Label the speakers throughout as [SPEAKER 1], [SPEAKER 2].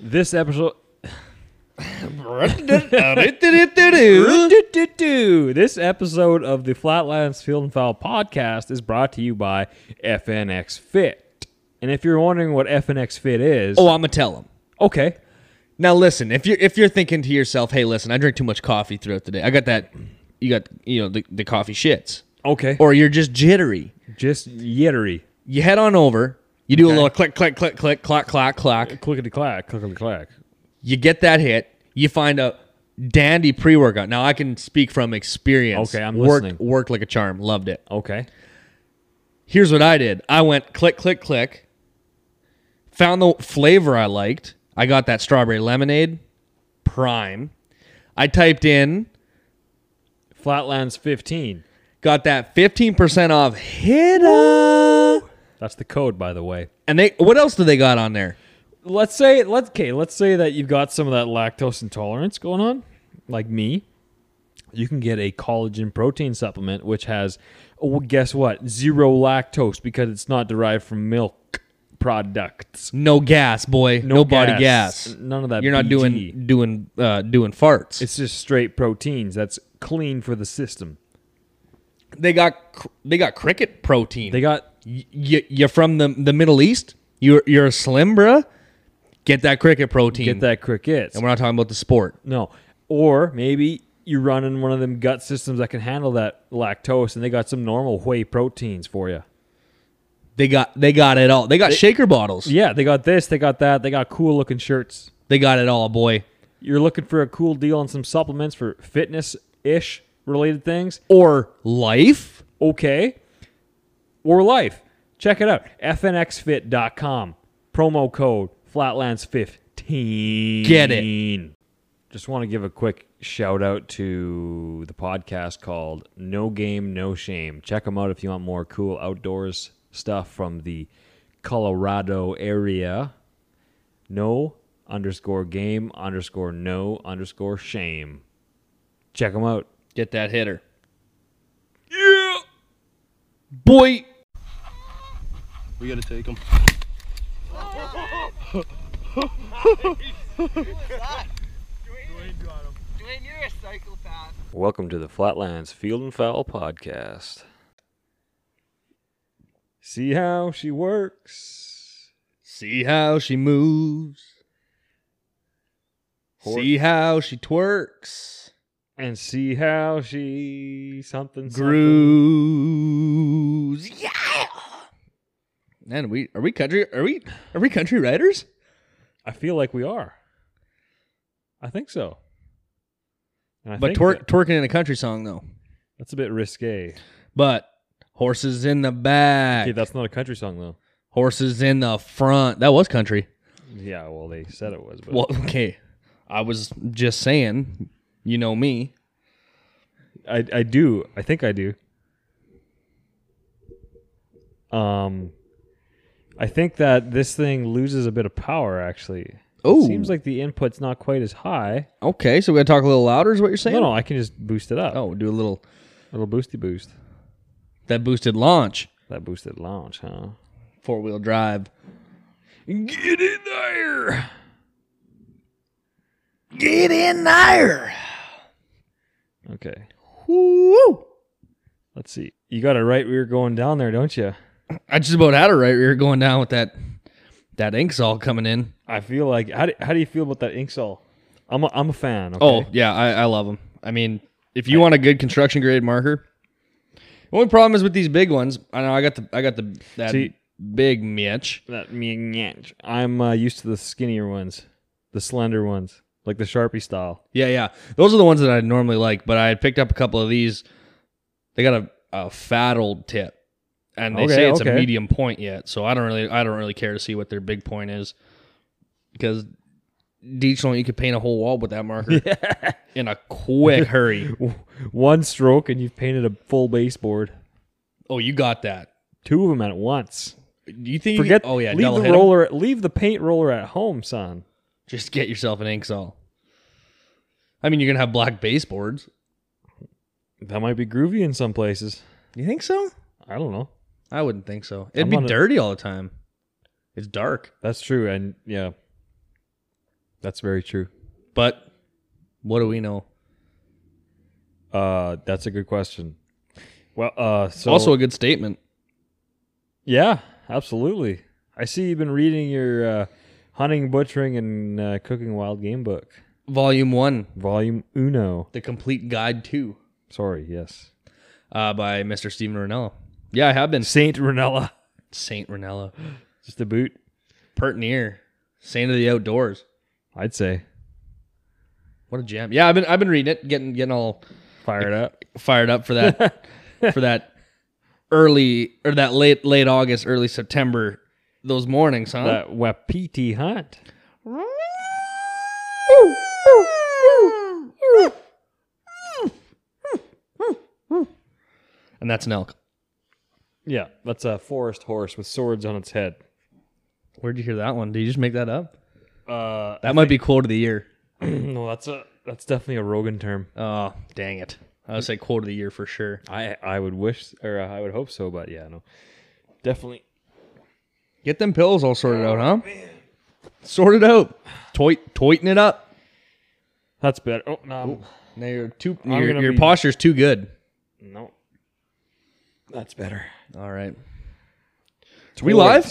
[SPEAKER 1] This episode, this episode of the Flatlands Field and Foul podcast is brought to you by FNX Fit. And if you're wondering what FNX Fit is,
[SPEAKER 2] Oh, I'm gonna tell him.
[SPEAKER 1] okay,
[SPEAKER 2] Now listen, if you're if you're thinking to yourself, hey, listen, I drink too much coffee throughout the day. I got that. You got you know the, the coffee shits,
[SPEAKER 1] okay, or
[SPEAKER 2] or you're just jittery.
[SPEAKER 1] just yittery,
[SPEAKER 2] You head on over. You do a little click, click, click, click, clock, clock, clock.
[SPEAKER 1] clickety clack, clickety clack.
[SPEAKER 2] You get that hit. You find a dandy pre workout. Now I can speak from experience.
[SPEAKER 1] Okay, I'm
[SPEAKER 2] worked,
[SPEAKER 1] listening.
[SPEAKER 2] Worked like a charm. Loved it.
[SPEAKER 1] Okay,
[SPEAKER 2] Here's what I did. I went click, click, click. Found the flavor I liked. I got that strawberry lemonade, prime. I typed in
[SPEAKER 1] Flatlands 15.
[SPEAKER 2] got that 15% off Hitta.
[SPEAKER 1] That's the code, by the way.
[SPEAKER 2] And they what else do they got on there?
[SPEAKER 1] Let's say let's okay, let's say that you've got some of that lactose intolerance going on, like me. You can get a collagen protein supplement which has oh, well, guess what? Zero lactose because it's not derived from milk products.
[SPEAKER 2] No gas, boy. No, body gas.
[SPEAKER 1] None of that.
[SPEAKER 2] You're not
[SPEAKER 1] BG.
[SPEAKER 2] doing doing uh doing farts.
[SPEAKER 1] It's just straight proteins. That's clean for the system.
[SPEAKER 2] they got cr- they got cricket protein.
[SPEAKER 1] They got
[SPEAKER 2] Y- y- you're from the the Middle East? You're you're slim, bruh? Get that cricket protein.
[SPEAKER 1] get that crickets.
[SPEAKER 2] And we're not talking about the sport.
[SPEAKER 1] No. Or maybe you run in one of them gut systems that can handle that lactose and they got some normal whey proteins for you.
[SPEAKER 2] They got they got it all. They got shaker bottles.
[SPEAKER 1] Yeah, they got this, they got that, they got cool looking shirts.
[SPEAKER 2] They got it all, boy.
[SPEAKER 1] You're looking for a cool deal on some supplements for fitness ish related things?
[SPEAKER 2] Or life.
[SPEAKER 1] Okay. Or life. Check it out. FNXFit.com. Promo code Flatlands15.
[SPEAKER 2] Get
[SPEAKER 1] Just want to give a quick shout out to the podcast called No Game, No Shame. Check them out if you want more cool outdoors stuff from the Colorado area. No underscore game underscore no underscore shame. Check them out.
[SPEAKER 2] Get that hitter. Yeah. Boy.
[SPEAKER 3] We gotta take him.
[SPEAKER 4] Dwayne, you're a psychopath.
[SPEAKER 1] Welcome to the Flatlands Field and Foul podcast. See how she works.
[SPEAKER 2] See how she moves. See how she twerks.
[SPEAKER 1] And see how she something something.
[SPEAKER 2] Grooves. Yeah. Man, we are we country are we are we country writers?
[SPEAKER 1] I feel like we are. I think so. And I
[SPEAKER 2] But
[SPEAKER 1] think
[SPEAKER 2] twerk,
[SPEAKER 1] that-
[SPEAKER 2] twerking in a country song though.
[SPEAKER 1] that's a bit risque.
[SPEAKER 2] But horses in the back.
[SPEAKER 1] Okay, that's not a country song though.
[SPEAKER 2] horses in the front. That was country.
[SPEAKER 1] Yeah, well they said it was, but
[SPEAKER 2] Well, okay. I was just saying, you know me.
[SPEAKER 1] I I do. I think I do. Um I think that this thing loses a bit of power actually.
[SPEAKER 2] Oh,
[SPEAKER 1] Seems like the input's not quite as high.
[SPEAKER 2] Okay, so we gotta talk a little louder. Is what you're saying?
[SPEAKER 1] No, no, I can just boost it up.
[SPEAKER 2] Oh, do a little
[SPEAKER 1] Little boosty boost.
[SPEAKER 2] that boosted launch,
[SPEAKER 1] That boosted launch, huh?
[SPEAKER 2] four wheel drive.
[SPEAKER 1] Get in there!
[SPEAKER 2] Get in there.
[SPEAKER 1] Okay,
[SPEAKER 2] Woo!
[SPEAKER 1] let's see. You got a right rear going down there, don't you?
[SPEAKER 2] I just about had it right. We were going down with that that ink's all coming in.
[SPEAKER 1] I feel like how do, how do you feel about that Inksol? I'm a, I'm a fan. Okay?
[SPEAKER 2] Oh yeah, I, I love them. I mean, if you want a good construction grade marker, the only problem is with these big ones. I know I got the I got the that
[SPEAKER 1] See-
[SPEAKER 2] big Mitch.
[SPEAKER 1] that me I'm uh, used to the skinnier ones, the slender ones, like the Sharpie style.
[SPEAKER 2] Yeah, yeah. Those are the ones that I normally like, but I had picked up a couple of these. They got a, a fat old tip. And they
[SPEAKER 1] Okay,
[SPEAKER 2] say it's
[SPEAKER 1] okay.
[SPEAKER 2] a medium point yet, so I don't really I don't really care to see what their big point is. Because Deechland, you could paint a whole wall with that marker in a quick hurry.
[SPEAKER 1] One stroke and you've painted a full baseboard.
[SPEAKER 2] oh, you got that.
[SPEAKER 1] Two of them at once.
[SPEAKER 2] Do you think you-
[SPEAKER 1] Forget.
[SPEAKER 2] oh yeah,
[SPEAKER 1] leave
[SPEAKER 2] double
[SPEAKER 1] the
[SPEAKER 2] hit 'em?
[SPEAKER 1] roller. Leave the paint roller at home, son.
[SPEAKER 2] Just get yourself an Inksol. I mean you're gonna have black baseboards.
[SPEAKER 1] That might be groovy in some places.
[SPEAKER 2] You think so?
[SPEAKER 1] I don't know.
[SPEAKER 2] I wouldn't think so. It'd
[SPEAKER 1] I'm
[SPEAKER 2] be
[SPEAKER 1] on a-
[SPEAKER 2] dirty all the time. It's dark.
[SPEAKER 1] That's true, and yeah, That's very true.
[SPEAKER 2] But what do we know?
[SPEAKER 1] Uh, that's a good question. Well, uh, so
[SPEAKER 2] also a good statement.
[SPEAKER 1] yeah, absolutely. I see you've been reading your uh, hunting, butchering, and uh, cooking wild game book,
[SPEAKER 2] Volume one,
[SPEAKER 1] volume uno.
[SPEAKER 2] the complete guide two,
[SPEAKER 1] Sorry, yes,
[SPEAKER 2] uh, by Mr. Stephen Ranella. Yeah, I have been
[SPEAKER 1] Saint Ranella.
[SPEAKER 2] Saint Ranella,
[SPEAKER 1] Just a boot,
[SPEAKER 2] Pertinier, Saint of the Outdoors.
[SPEAKER 1] I'd say.
[SPEAKER 2] What a gem! Yeah, I've been I've been reading it, getting getting all
[SPEAKER 1] Fire it up.
[SPEAKER 2] fired up for that for that early or that late late August, early September, those mornings, huh?
[SPEAKER 1] That wapiti hunt.
[SPEAKER 2] And that's an elk.
[SPEAKER 1] Yeah, that's a forest horse with swords on its head.
[SPEAKER 2] Where'd you hear that one? Did you just make that up?
[SPEAKER 1] Uh,
[SPEAKER 2] That might be quote of the year.
[SPEAKER 1] no, that's a that's definitely a Rogan term.
[SPEAKER 2] Oh, dang it. I would say quote of the year for sure.
[SPEAKER 1] I I would wish or I would hope so, but yeah, no, definitely.
[SPEAKER 2] Get them pills all sorted out, huh? Sorted out. Toit toiting it up.
[SPEAKER 1] That's better. Oh no, I'm-
[SPEAKER 2] Now you're too
[SPEAKER 1] I'm
[SPEAKER 2] your,
[SPEAKER 1] gonna
[SPEAKER 2] your
[SPEAKER 1] be-
[SPEAKER 2] posture's too good.
[SPEAKER 1] no, that's better.
[SPEAKER 2] All right. we live?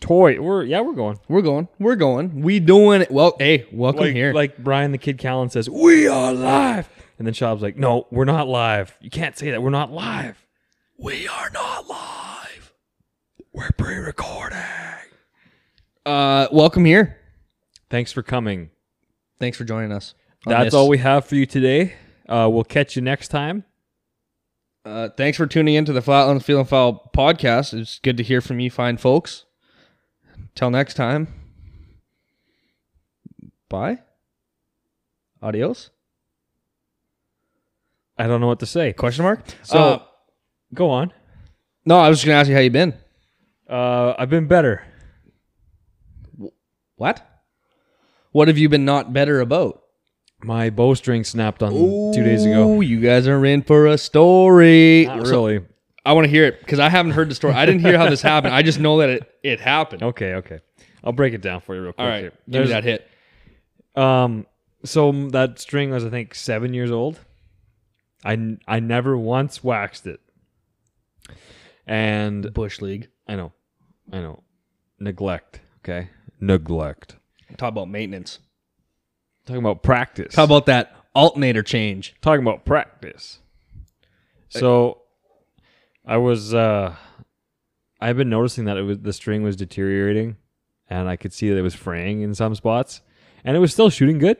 [SPEAKER 1] Toy. We're yeah, we're going.
[SPEAKER 2] We're going. We're going. We doing it. Well, hey, welcome
[SPEAKER 1] Like
[SPEAKER 2] here.
[SPEAKER 1] like Brian the Kid Callen says, we are live. And then Shob's like, no, we're not live. You can't say that. We're not live.
[SPEAKER 2] we are not live.
[SPEAKER 1] We're pre-recording.
[SPEAKER 2] Uh welcome here.
[SPEAKER 1] Thanks for coming.
[SPEAKER 2] Thanks for joining us. on
[SPEAKER 1] That's
[SPEAKER 2] this.
[SPEAKER 1] all we have for you today. Uh, we'll catch you next time.
[SPEAKER 2] Uh, thanks for tuning in to the Flatland Feeling Foul podcast. It's good to hear from you, fine folks. Till next time. Bye. Adios.
[SPEAKER 1] I don't know what to say.
[SPEAKER 2] Question mark.
[SPEAKER 1] So
[SPEAKER 2] Uh,
[SPEAKER 1] go on.
[SPEAKER 2] no, I was just gonna ask you how you been.
[SPEAKER 1] Uh, I've been better.
[SPEAKER 2] What? What have you been not better about?
[SPEAKER 1] My bowstring snapped on two days ago.
[SPEAKER 2] Ooh, you guys are in for a story.
[SPEAKER 1] Not
[SPEAKER 2] So,
[SPEAKER 1] really.
[SPEAKER 2] I want to hear it because I haven't heard the story. I didn't hear how this happened. I just know that it, it happened.
[SPEAKER 1] Okay, okay. I'll break it down for you real quick.
[SPEAKER 2] All right,
[SPEAKER 1] here.
[SPEAKER 2] give me
[SPEAKER 1] There's-
[SPEAKER 2] that hit.
[SPEAKER 1] Um, so m- that string was, I think, seven years old. I, n- I never once waxed it. And
[SPEAKER 2] Bush League.
[SPEAKER 1] I know, I know. Neglect, okay? Neglect.
[SPEAKER 2] Talk about maintenance.
[SPEAKER 1] Talking about practice.
[SPEAKER 2] How about that alternator change?
[SPEAKER 1] talking about practice. So I was uh I've been noticing that it was the string was deteriorating and I could see that it was fraying in some spots and it was still shooting good.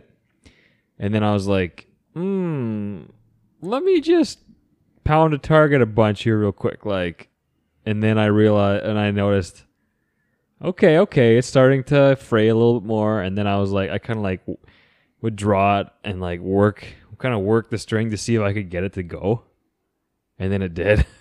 [SPEAKER 1] And then I was like, "Hmm, let me just pound a target a bunch here real quick like and then I realized and I noticed okay, okay, it's starting to fray a little bit more and then I was like I kind of like would draw it and like work kind of work the string to see if I could get it to go. And then it did.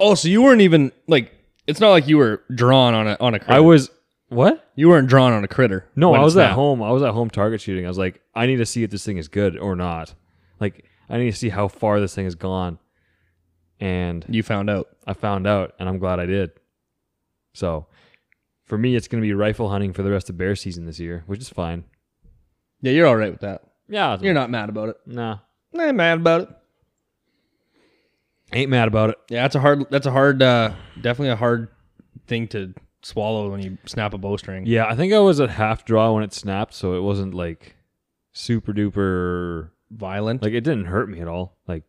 [SPEAKER 2] Oh, so you weren't even like it's not like you were drawn on a on a critter.
[SPEAKER 1] I was what?
[SPEAKER 2] you weren't drawn on a critter.
[SPEAKER 1] No,
[SPEAKER 2] when
[SPEAKER 1] I
[SPEAKER 2] it
[SPEAKER 1] was at
[SPEAKER 2] snapped.
[SPEAKER 1] home. I was at home target shooting. I was like, I need to see if this thing is good or not. Like I need to see how far this thing has gone. And
[SPEAKER 2] You found out.
[SPEAKER 1] I found out and I'm glad I did. So for me it's gonna be rifle hunting for the rest of bear season this year, which is fine.
[SPEAKER 2] Yeah, you're all right with that.
[SPEAKER 1] Yeah.
[SPEAKER 2] You're not mad about it.
[SPEAKER 1] Nah.
[SPEAKER 2] I ain't mad about it.
[SPEAKER 1] Ain't mad about it.
[SPEAKER 2] Yeah, that's a hard. That's a hard. Uh, definitely a hard thing to swallow when you snap a bowstring.
[SPEAKER 1] Yeah, I think I was at half draw when it snapped, so it wasn't like super duper.
[SPEAKER 2] Violent.
[SPEAKER 1] Like it didn't hurt me at all. Like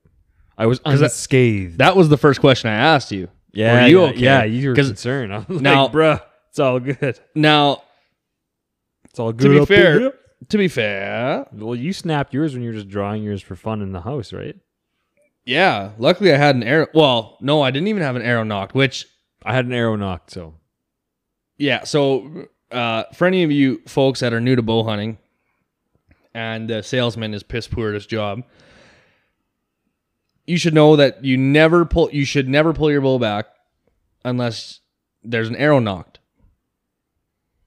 [SPEAKER 1] I was
[SPEAKER 2] 'Cause that-
[SPEAKER 1] unscathed.
[SPEAKER 2] that was the first question I asked you.
[SPEAKER 1] yeah,
[SPEAKER 2] Were you
[SPEAKER 1] yeah,
[SPEAKER 2] okay?
[SPEAKER 1] yeah, you were
[SPEAKER 2] 'Cause
[SPEAKER 1] concerned. I was
[SPEAKER 2] now-
[SPEAKER 1] like, bruh, it's all good.
[SPEAKER 2] Now,
[SPEAKER 1] It's all good.
[SPEAKER 2] to be
[SPEAKER 1] up in
[SPEAKER 2] fair,
[SPEAKER 1] here."
[SPEAKER 2] to be fair,
[SPEAKER 1] well, you snapped yours when you were just drawing yours for fun in the house, right?
[SPEAKER 2] yeah. Luckily, I had an arrow. Well, no, I didn't even have an arrow knocked. Which,
[SPEAKER 1] I had an arrow knocked, so
[SPEAKER 2] yeah. So, uh, for any of you folks that are new to bow hunting, and the salesman is piss poor at his job, you should know that you never pull. You should never pull your bow back unless there's an arrow knocked.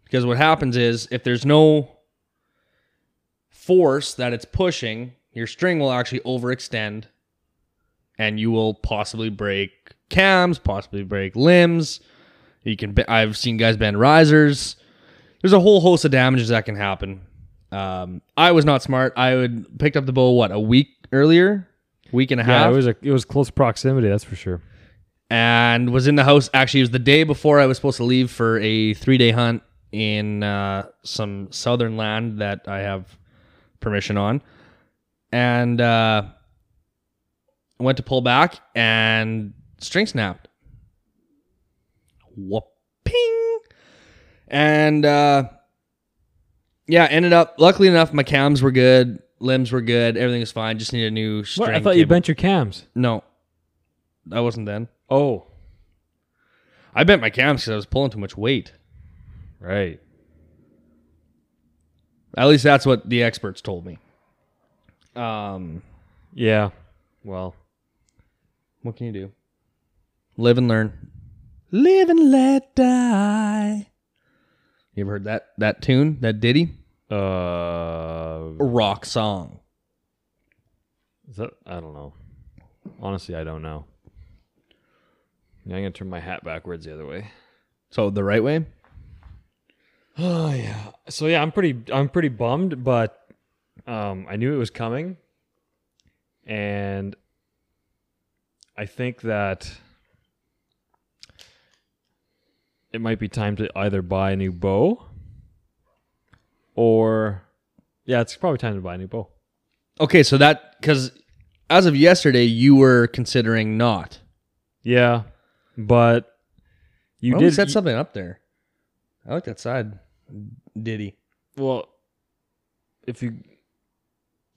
[SPEAKER 2] Because what happens is if there's no force that it's pushing, your string will actually overextend and you will possibly break cams, possibly break limbs. You can be- I've seen guys bend risers. There's a whole host of damages that can happen Um, I was not smart. I would picked up the bowl what a week earlier, week and a half,
[SPEAKER 1] Yeah, it was a, it was close proximity, that's for sure.
[SPEAKER 2] and was in the house. Actually, it was the day before I was supposed to leave for a three day hunt in uh, some southern land that I have permission on, and uh, went to pull back and string snapped. Whooping, and. Uh, yeah, ended up. Luckily enough, my cams were good, limbs were good, everything was fine. Just needed a new string.
[SPEAKER 1] What? I thought you
[SPEAKER 2] cable.
[SPEAKER 1] bent your cams.
[SPEAKER 2] No, I wasn't then.
[SPEAKER 1] Oh,
[SPEAKER 2] I bent my cams because I was pulling too much weight.
[SPEAKER 1] right.
[SPEAKER 2] At least that's what the experts told me. Um,
[SPEAKER 1] Yeah. Well,
[SPEAKER 2] what can you do? Live and learn. Live and let die. You ever heard that that tune, that ditty?
[SPEAKER 1] uh,
[SPEAKER 2] A rock song.
[SPEAKER 1] is that, I don't know. Honestly, I don't know. Yeah, I'm gonna turn my hat backwards the other way.
[SPEAKER 2] So the right way.
[SPEAKER 1] Oh yeah. So yeah, I'm pretty I'm pretty bummed, but um, I knew it was coming, and I think that it might be time to either buy a new bow, or yeah, it's probably time to buy a new bow.
[SPEAKER 2] Okay, so that because as of yesterday, you were considering not.
[SPEAKER 1] Yeah, but you
[SPEAKER 2] You
[SPEAKER 1] did
[SPEAKER 2] did set something up there. I like that side ditty.
[SPEAKER 1] well. If you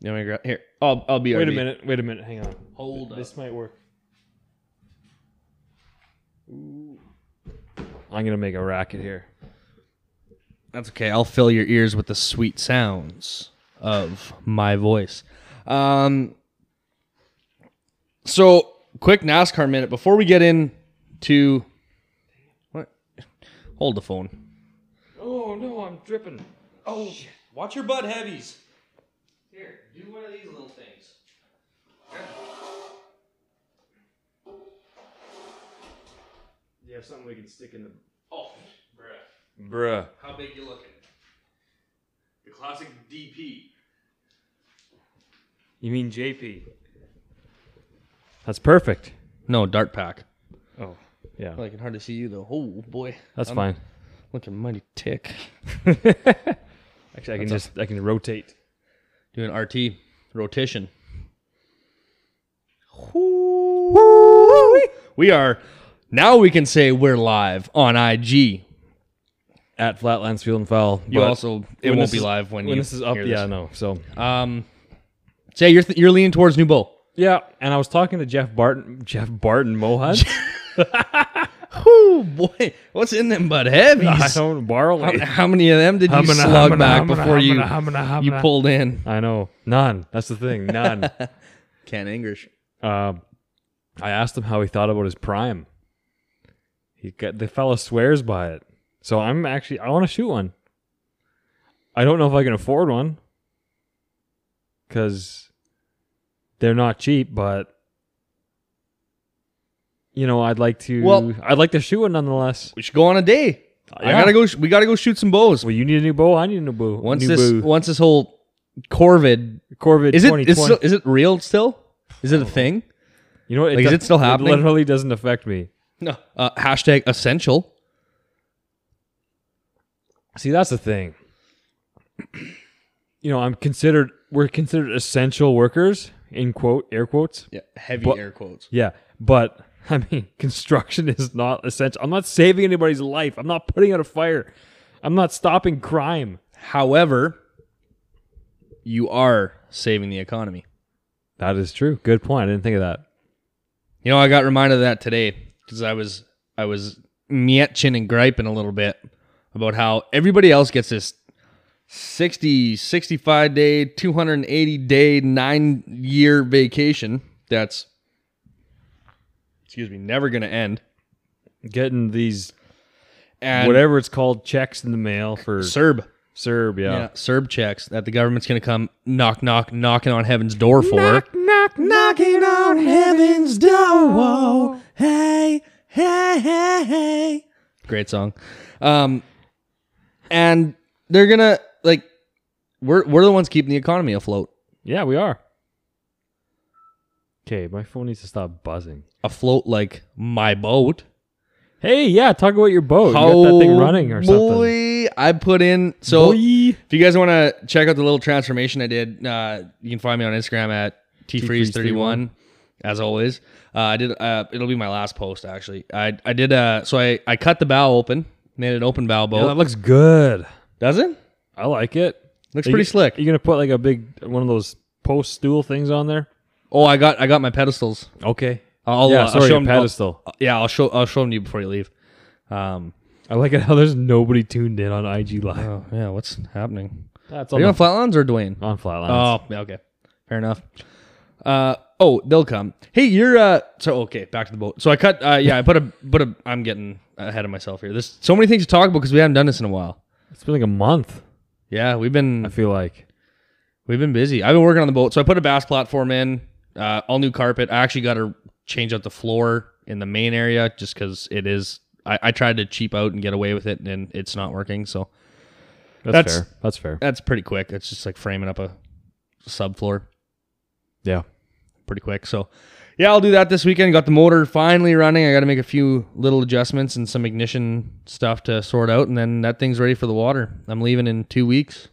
[SPEAKER 2] You want me to grab here? I'll I'll be
[SPEAKER 1] wait a
[SPEAKER 2] RB.
[SPEAKER 1] minute, wait a minute, hang on.
[SPEAKER 2] Hold
[SPEAKER 1] This might work. I'm gonna make a racket here.
[SPEAKER 2] That's okay. I'll fill your ears with the sweet sounds of my voice. Um, so, quick NASCAR minute before we get into what? Hold the phone.
[SPEAKER 1] Oh no, I'm dripping.
[SPEAKER 2] Oh, watch your butt heavies. Here, do one of these little things.
[SPEAKER 1] Do you have something we can stick in the
[SPEAKER 2] Oh, bruh,
[SPEAKER 1] bruh?
[SPEAKER 2] how big you looking? The classic DP.
[SPEAKER 1] You mean JP? That's perfect.
[SPEAKER 2] No, dart pack.
[SPEAKER 1] Oh, yeah,
[SPEAKER 2] I can hardly see you though. Oh boy,
[SPEAKER 1] that's
[SPEAKER 2] I'm
[SPEAKER 1] fine.
[SPEAKER 2] Looking mighty tick.
[SPEAKER 1] Actually, I can just I can rotate.
[SPEAKER 2] Doing RT rotation. We are now. We can say we're live on IG.
[SPEAKER 1] At Flatlands Field and Foul.
[SPEAKER 2] You
[SPEAKER 1] but
[SPEAKER 2] also it
[SPEAKER 1] when
[SPEAKER 2] won't
[SPEAKER 1] this
[SPEAKER 2] be
[SPEAKER 1] is-
[SPEAKER 2] live when,
[SPEAKER 1] when
[SPEAKER 2] you
[SPEAKER 1] this is up.
[SPEAKER 2] hear
[SPEAKER 1] Yeah, no. So uh,
[SPEAKER 2] Um. Say you're th- you're leaning towards new bowl.
[SPEAKER 1] yeah, and I was talking to Jeff Barton, Jeff Barton Mohan.
[SPEAKER 2] Whoo boy, what's in them but
[SPEAKER 1] I
[SPEAKER 2] heavies?
[SPEAKER 1] don't borrow.
[SPEAKER 2] How, how many of them did you
[SPEAKER 1] Humana,
[SPEAKER 2] slug
[SPEAKER 1] humana,
[SPEAKER 2] back
[SPEAKER 1] humana,
[SPEAKER 2] before you
[SPEAKER 1] humana, humana,
[SPEAKER 2] you
[SPEAKER 1] humana.
[SPEAKER 2] pulled in?
[SPEAKER 1] I know none. That's the thing, none.
[SPEAKER 2] Can't English.
[SPEAKER 1] Um, I asked him how he thought about his prime. He got, the fella swears by it. So I'm actually I want to shoot one. I don't know if I can afford one because they're not cheap, but you know I'd like to.
[SPEAKER 2] Well-
[SPEAKER 1] I'd like to shoot one nonetheless.
[SPEAKER 2] We should go on a day. I
[SPEAKER 1] Yeah.
[SPEAKER 2] gotta go. Sh- we gotta go shoot some bows.
[SPEAKER 1] Well, you need a new bow. I need a new bow.
[SPEAKER 2] Once
[SPEAKER 1] new
[SPEAKER 2] this
[SPEAKER 1] bow.
[SPEAKER 2] once this whole Corvid
[SPEAKER 1] Corvid
[SPEAKER 2] is it
[SPEAKER 1] 2020.
[SPEAKER 2] is, still, is it real still? Is it a thing?
[SPEAKER 1] you know what?
[SPEAKER 2] like, is
[SPEAKER 1] does-
[SPEAKER 2] it still happening?
[SPEAKER 1] It literally doesn't affect me.
[SPEAKER 2] No. Uh, hashtag essential.
[SPEAKER 1] See, that's the thing. You know, I'm considered we're considered essential workers in quote air quotes.
[SPEAKER 2] Yeah, heavy
[SPEAKER 1] But-
[SPEAKER 2] air quotes.
[SPEAKER 1] Yeah, but I mean, construction is not essential. I'm not saving anybody's life. I'm not putting out a fire. I'm not stopping crime.
[SPEAKER 2] However, you are saving the economy.
[SPEAKER 1] That is true. Good point. I didn't think of that.
[SPEAKER 2] You know, I got reminded of that today because I was I was mietching and griping a little bit about how everybody else gets this 60, 65 day, 280 day, nine year vacation that's, excuse me, never going to end.
[SPEAKER 1] Getting these
[SPEAKER 2] And
[SPEAKER 1] whatever it's called checks in the mail for
[SPEAKER 2] Serb.
[SPEAKER 1] Serb. Yeah.
[SPEAKER 2] Yeah, Uh, Serb checks that the government's going to come knock, knock, knocking on heaven's door for.
[SPEAKER 1] knock knocking on heaven's door. Hey, hey, hey, hey.
[SPEAKER 2] Great song. Um, and they're gonna like We're we're the ones keeping the economy afloat.
[SPEAKER 1] Yeah, we are. Okay, my phone needs to stop buzzing.
[SPEAKER 2] Afloat like my boat.
[SPEAKER 1] Hey, yeah, talk about your boat. you got that thing running or something.
[SPEAKER 2] Boy, I put in so
[SPEAKER 1] Boy.
[SPEAKER 2] if you guys want to check out the little transformation I did, uh, you can find me on Instagram at tfreeze31 as always. Uh, I did uh, it'll be my last post actually. I I did uh so I I cut the bow open, made an open bow boat.
[SPEAKER 1] Yeah, oh, that looks good.
[SPEAKER 2] Does it?
[SPEAKER 1] I like it.
[SPEAKER 2] Looks
[SPEAKER 1] Are
[SPEAKER 2] pretty
[SPEAKER 1] you-
[SPEAKER 2] slick.
[SPEAKER 1] You gonna put like a big one of those post stool things on there?
[SPEAKER 2] oh, I got I got my pedestals.
[SPEAKER 1] Okay.
[SPEAKER 2] I'll,
[SPEAKER 1] yeah,
[SPEAKER 2] uh,
[SPEAKER 1] sorry,
[SPEAKER 2] I'll show
[SPEAKER 1] a
[SPEAKER 2] them
[SPEAKER 1] pedestal.
[SPEAKER 2] yeah, I'll show I'll show them to you before you leave. Um
[SPEAKER 1] I like it how there's nobody tuned in on IG Live.
[SPEAKER 2] oh, yeah, what's happening?
[SPEAKER 1] That's
[SPEAKER 2] Are
[SPEAKER 1] on,
[SPEAKER 2] you on
[SPEAKER 1] the,
[SPEAKER 2] Flatlands or Dwayne?
[SPEAKER 1] on Flatlands.
[SPEAKER 2] Oh, yeah, okay. Fair enough. Uh oh, they'll come. Hey, you're uh so okay, back to the boat. So I cut uh yeah, I put a put a I'm getting ahead of myself here. There's so many things to talk about because we haven't done this in a while.
[SPEAKER 1] It's been like a month.
[SPEAKER 2] Yeah, we've been
[SPEAKER 1] I feel like
[SPEAKER 2] we've been busy. I've been working on the boat. So I put a bass platform in, uh all new carpet. I actually got to change out the floor in the main area just cuz it is I, I tried to cheap out and get away with it and it's not working. So
[SPEAKER 1] that's,
[SPEAKER 2] That's-
[SPEAKER 1] fair. That's fair.
[SPEAKER 2] that's pretty quick. It's just like framing up a subfloor.
[SPEAKER 1] Yeah.
[SPEAKER 2] pretty quick. So, yeah, I'll do that this weekend. Got the motor finally running. I got to make a few little adjustments and some ignition stuff to sort out, and then that thing's ready for the water. I'm leaving in two weeks.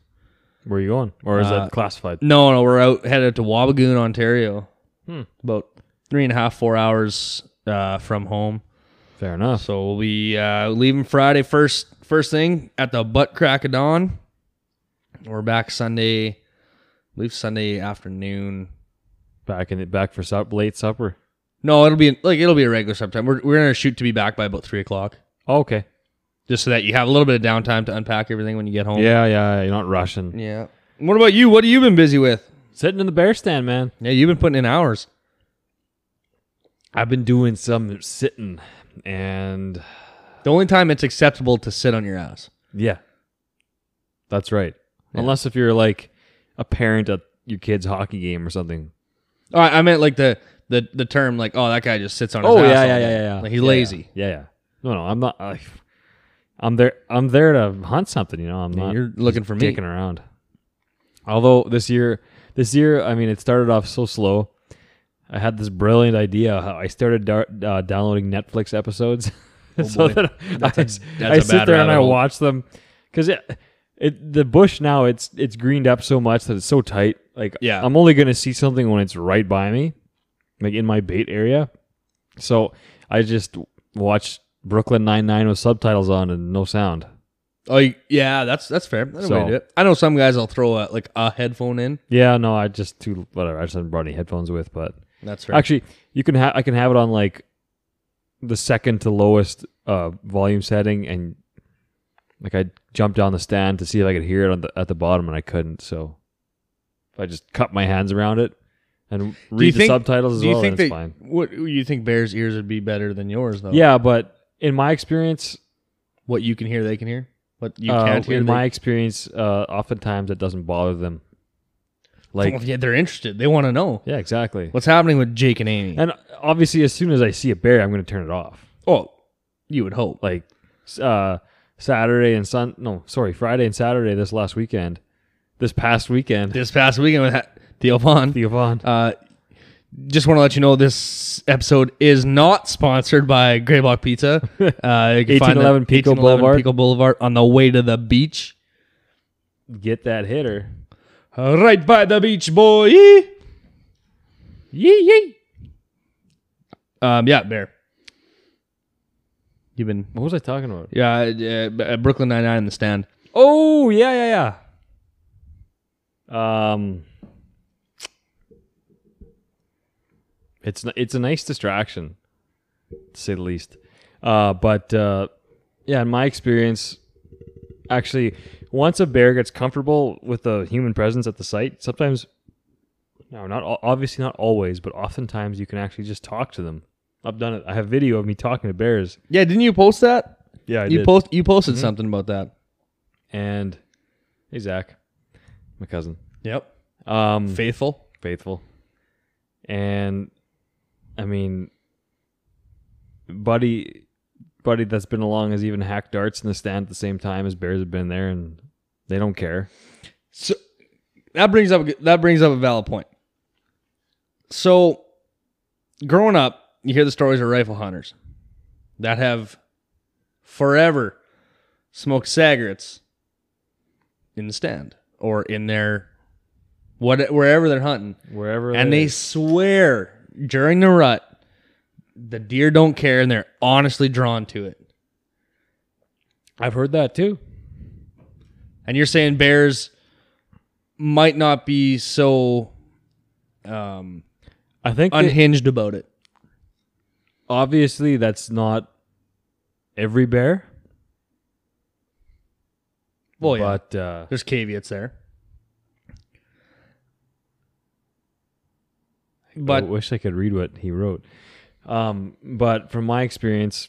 [SPEAKER 1] Where are you going? Or is
[SPEAKER 2] Uh,
[SPEAKER 1] that classified?
[SPEAKER 2] No, no, we're out headed to Wabagoon, Ontario.
[SPEAKER 1] Hmm.
[SPEAKER 2] About three and a half, four hours uh, from home.
[SPEAKER 1] Fair enough.
[SPEAKER 2] So we'll be uh, leaving Friday first first thing at the butt crack of dawn. We're back Sunday, I believe Sunday afternoon.
[SPEAKER 1] Back in it back for sup late supper.
[SPEAKER 2] No, it'll be like it'll be a regular sometime. We're we're gonna shoot to be back by about three o'clock.
[SPEAKER 1] Oh, okay.
[SPEAKER 2] just so that you have a little bit of downtime to unpack everything when you get home.
[SPEAKER 1] Yeah, yeah, you're not rushing.
[SPEAKER 2] Yeah. What about you? What have you been busy with?
[SPEAKER 1] Sitting in the bear stand, man.
[SPEAKER 2] Yeah, you've been putting in hours.
[SPEAKER 1] I've been doing some sitting and
[SPEAKER 2] The only time it's acceptable to sit on your ass.
[SPEAKER 1] Yeah. That's right. Unless if you're like a parent at your kid's hockey game or something.
[SPEAKER 2] Oh, I I meant like the the the term like, oh, that guy just sits on his ass. all day. Like he's
[SPEAKER 1] Yeah,
[SPEAKER 2] lazy.
[SPEAKER 1] Yeah, yeah. No, no, I'm not I, I'm there I'm there to hunt something, you know. I'm not
[SPEAKER 2] You're looking for me.
[SPEAKER 1] dicking around. Although this year this year, I mean, it started off so slow. I had this brilliant idea. how I started dar- uh, downloading Netflix episodes, so
[SPEAKER 2] Oh, boy.
[SPEAKER 1] that I,
[SPEAKER 2] a
[SPEAKER 1] I sit
[SPEAKER 2] bad
[SPEAKER 1] there and
[SPEAKER 2] rabbit
[SPEAKER 1] I
[SPEAKER 2] hole.
[SPEAKER 1] watch them because it, it the bush now it's it's greened up so much that it's so tight. Like
[SPEAKER 2] Yeah.
[SPEAKER 1] I'm only gonna see something when it's right by me, like in my bait area. So I just watched Brooklyn Nine Nine with subtitles on and no sound.
[SPEAKER 2] Oh you- yeah, that's that's fair. That's the way to
[SPEAKER 1] So-
[SPEAKER 2] do it. I know some guys will throw a, like a headphone in.
[SPEAKER 1] Yeah, no, I just too whatever. I just haven't brought any headphones with, but
[SPEAKER 2] That's fair.
[SPEAKER 1] Actually, you can have I can have it on like the second to lowest uh, volume setting, and like I jumped down the stand to see if I could hear it on the, at the bottom, and I couldn't. So if I just cup my hands around it and
[SPEAKER 2] do you
[SPEAKER 1] read the
[SPEAKER 2] think,
[SPEAKER 1] subtitles as
[SPEAKER 2] do you
[SPEAKER 1] well,
[SPEAKER 2] think Oh.
[SPEAKER 1] then it's
[SPEAKER 2] that-
[SPEAKER 1] fine.
[SPEAKER 2] What you think bears' ears would be better than yours though?
[SPEAKER 1] Yeah, but in my experience,
[SPEAKER 2] What you can hear, they can hear. What you
[SPEAKER 1] uh,
[SPEAKER 2] can't hear,
[SPEAKER 1] in
[SPEAKER 2] they
[SPEAKER 1] my experience, uh, oftentimes it doesn't bother them.
[SPEAKER 2] Well,
[SPEAKER 1] Like,
[SPEAKER 2] yeah, they're interested. They want to know
[SPEAKER 1] yeah, exactly.
[SPEAKER 2] what's happening with Jake and Amy.
[SPEAKER 1] And obviously, as soon as I see a bear, I'm going to turn it off.
[SPEAKER 2] oh, you would hope.
[SPEAKER 1] like uh Saturday and Sun no, sorry, Friday and Saturday this last weekend. This past weekend.
[SPEAKER 2] This past weekend with that Theo Vaughn.
[SPEAKER 1] the Yvonne.
[SPEAKER 2] Uh, just want to let you know this episode is not sponsored by Greyblock Pizza. Uh, you can find them-
[SPEAKER 1] 1811 Pico
[SPEAKER 2] 1811
[SPEAKER 1] Boulevard.
[SPEAKER 2] Pico Boulevard on the way to the beach.
[SPEAKER 1] Get that hitter.
[SPEAKER 2] Right by the beach, boy.
[SPEAKER 1] Yee yee.
[SPEAKER 2] Um, yeah, Bear. You've been
[SPEAKER 1] What was I talking about?
[SPEAKER 2] yeah, uh, uh, Brooklyn Nine Nine in the stand.
[SPEAKER 1] Oh yeah, yeah, yeah. Um It's n- it's a nice distraction, to say the least. Uh, but uh, yeah, in my experience, actually, once a bear gets comfortable with the human presence at the site, sometimes, no, not al- obviously not always, but oftentimes you can actually just talk to them. I've done it. I have video of me talking to bears.
[SPEAKER 2] Yeah, didn't you post that?
[SPEAKER 1] Yeah, I
[SPEAKER 2] you post you posted something about that.
[SPEAKER 1] and hey, Zach, my cousin.
[SPEAKER 2] Yep.
[SPEAKER 1] Um,
[SPEAKER 2] Faithful.
[SPEAKER 1] faithful. And I mean, buddy, buddy that's been along has even hacked darts in the stand at the same time as bears have been there, and they don't care.
[SPEAKER 2] So that brings up a good- that brings up a valid point. So, growing up, you hear the stories of rifle hunters that have forever smoked cigarettes in the stand or in their what wherever they're hunting,
[SPEAKER 1] Wherever
[SPEAKER 2] and they swear during the rut the deer don't care and they're honestly drawn to it.
[SPEAKER 1] I've heard that too.
[SPEAKER 2] And you're saying bears might not be so um,
[SPEAKER 1] I think that-
[SPEAKER 2] unhinged about it.
[SPEAKER 1] obviously that's not every bear,
[SPEAKER 2] Well, yeah,
[SPEAKER 1] but uh,
[SPEAKER 2] there's caveats there.
[SPEAKER 1] I
[SPEAKER 2] But
[SPEAKER 1] wish I could read what he wrote. Um, but from my experience,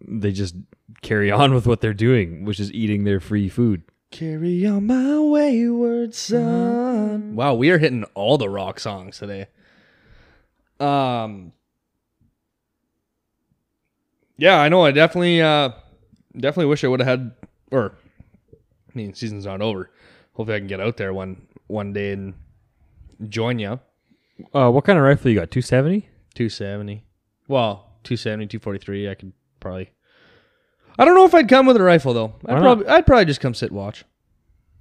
[SPEAKER 1] they just carry on with what they're doing, which is eating their free food.
[SPEAKER 2] carry on my wayward son. Uh-huh. Wow, we are hitting all the rock songs today. Um, yeah, I know. I definitely, uh, definitely wish I would have had. Or, I mean, season's not over. Hopefully, I can get out there one one day and join you.
[SPEAKER 1] Uh, what kind of rifle you got? Two seventy?
[SPEAKER 2] 270. Well, 270, 243. I could probably. I don't know if I'd come with a rifle though.
[SPEAKER 1] Why
[SPEAKER 2] I'd
[SPEAKER 1] not?
[SPEAKER 2] probably, I'd probably just come sit watch,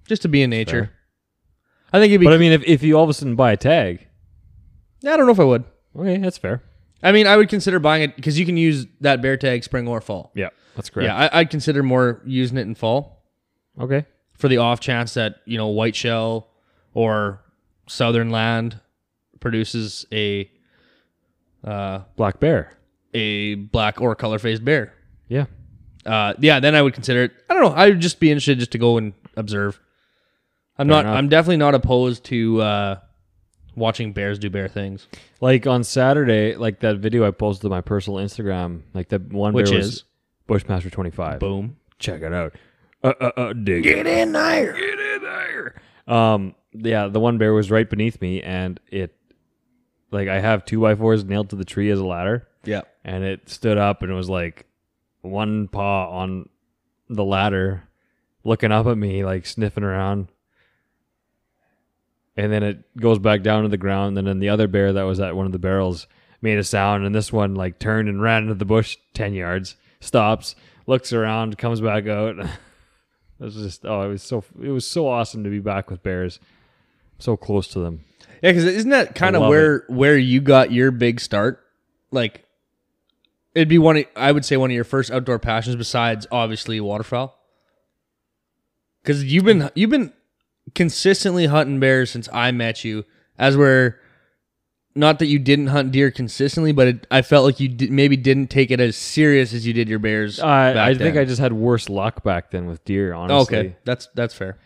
[SPEAKER 2] just to be in nature.
[SPEAKER 1] Fair.
[SPEAKER 2] I think it'd be.
[SPEAKER 1] But I mean, if, if you all of a sudden buy a tag,
[SPEAKER 2] I don't know if I would.
[SPEAKER 1] okay, that's fair.
[SPEAKER 2] I mean, I would consider buying it because you can use that bear tag spring or fall.
[SPEAKER 1] Yeah, that's correct.
[SPEAKER 2] Yeah, I, I'd consider more using it in fall
[SPEAKER 1] Okay.
[SPEAKER 2] for the off chance that you know white shell or southern land produces a uh,
[SPEAKER 1] Black bear.
[SPEAKER 2] a black or color faced bear.
[SPEAKER 1] Yeah.
[SPEAKER 2] uh, yeah, then I would consider it. I don't know. I would just be interested just to go and observe. I'm not.
[SPEAKER 1] enough.
[SPEAKER 2] I'm definitely not opposed to uh, watching bears do bear things.
[SPEAKER 1] Like on Saturday, like that video I posted to my personal Instagram, like that one
[SPEAKER 2] Which
[SPEAKER 1] bear
[SPEAKER 2] is?
[SPEAKER 1] was Bushmaster twenty five.
[SPEAKER 2] Boom.
[SPEAKER 1] check it out. Uh, uh, uh, dig. Get in there. Get in there. Um, yeah, the one bear was right beneath me, and it, like, I have two by fours nailed to the tree as a ladder,
[SPEAKER 2] Yeah.
[SPEAKER 1] and it stood up and it was like one paw on the ladder, looking up at me, like sniffing around. And then it goes back down to the ground. And then the other bear that was at one of the barrels made a sound. And this one, like, turned and ran into the bush 10 yards, stops, looks around, comes back out. it was just, oh, it was so, it was so awesome to be back with bears, so close to them.
[SPEAKER 2] Yeah, because isn't that kind
[SPEAKER 1] I
[SPEAKER 2] of
[SPEAKER 1] love
[SPEAKER 2] where where you got your big start? Like, it'd be one. Of, I would say one of your first outdoor passions, besides obviously waterfowl. Because you've been you've been consistently hunting bears since I met you. As where, not that you didn't hunt deer consistently, but it, I felt like you did, maybe didn't take it as serious as you did your bears. back
[SPEAKER 1] Uh, I, I think
[SPEAKER 2] then.
[SPEAKER 1] I just had worse luck back then with deer, honestly.
[SPEAKER 2] okay. That's that's fair.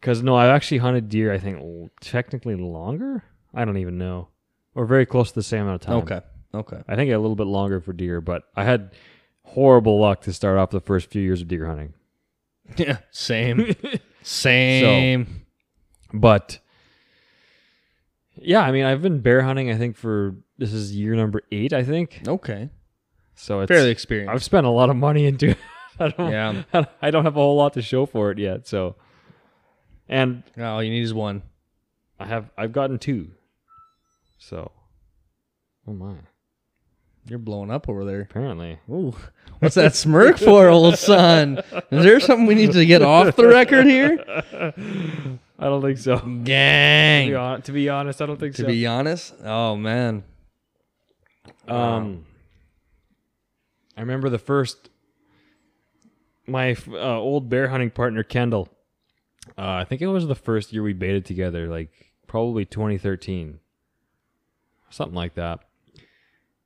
[SPEAKER 1] Because no, I've actually hunted deer. I think l- technically longer. I don't even know. Or very close to the same amount of time.
[SPEAKER 2] Okay. Okay.
[SPEAKER 1] I think a little bit longer for deer, but I had horrible luck to start off the first few years of deer hunting.
[SPEAKER 2] Yeah. Same. Same.
[SPEAKER 1] But yeah, I mean, I've been bear hunting. I think for this is year number eight. I think
[SPEAKER 2] Okay.
[SPEAKER 1] so. It's
[SPEAKER 2] Fairly experienced.
[SPEAKER 1] I've spent a lot of money into it. I don't,
[SPEAKER 2] Yeah.
[SPEAKER 1] I don't have a whole lot to show for it yet. So, and
[SPEAKER 2] No, all you need is one.
[SPEAKER 1] I have I've gotten two. So, oh my.
[SPEAKER 2] You're blowing up over there.
[SPEAKER 1] Apparently.
[SPEAKER 2] Ooh. What's that smirk for, old son? Is there something we need to get off the record here?
[SPEAKER 1] I don't think so. To be,
[SPEAKER 2] Gang.
[SPEAKER 1] hon- to be honest, I don't think
[SPEAKER 2] To
[SPEAKER 1] so.
[SPEAKER 2] be honest, oh man.
[SPEAKER 1] um, I remember the first my f- uh, old bear hunting partner Kendall. Uh, I think it was the first year we baited together, like probably 2013, something like that.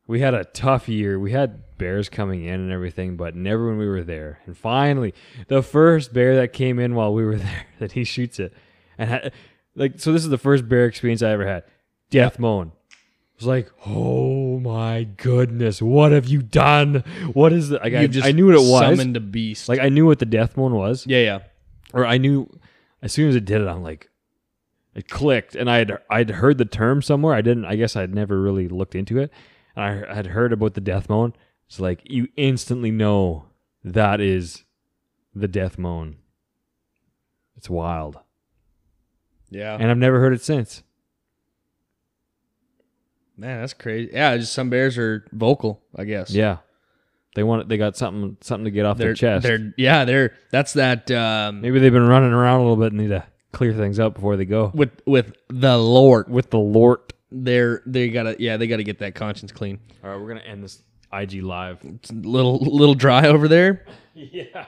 [SPEAKER 1] We had a tough year. We had bears coming in and everything, but never when we were there. And finally, the first bear that came in while we were there, that he shoots it, and had, like so, this is the first bear experience I ever had. Death moan. I was like, "Oh my goodness, what have you done? What is it?" Like, I,
[SPEAKER 2] You've just
[SPEAKER 1] I knew what it was.
[SPEAKER 2] Summoned a beast.
[SPEAKER 1] Like I knew what the death moan was,
[SPEAKER 2] yeah, yeah.
[SPEAKER 1] or I knew as soon as it did it, I'm like, it clicked, and I had I'd heard the term somewhere. I didn't. I guess I'd never really looked into it, and I had heard about the death moan. It's like you instantly know that is the death moan. It's wild.
[SPEAKER 2] Yeah.
[SPEAKER 1] and I've never heard it since.
[SPEAKER 2] Man, that's crazy. Yeah, just some bears are vocal, I guess.
[SPEAKER 1] Yeah, they want they got something something to get off
[SPEAKER 2] They're,
[SPEAKER 1] their chest.
[SPEAKER 2] They're yeah, they're that's that um
[SPEAKER 1] Maybe they've been running around a little bit and need to clear things up before they go
[SPEAKER 2] with with the Lord.
[SPEAKER 1] with the Lort.
[SPEAKER 2] They're they gotta yeah, they gotta get that conscience clean.
[SPEAKER 1] All right, we're gonna end this IG live.
[SPEAKER 2] It's a little little dry over there.
[SPEAKER 1] Yeah.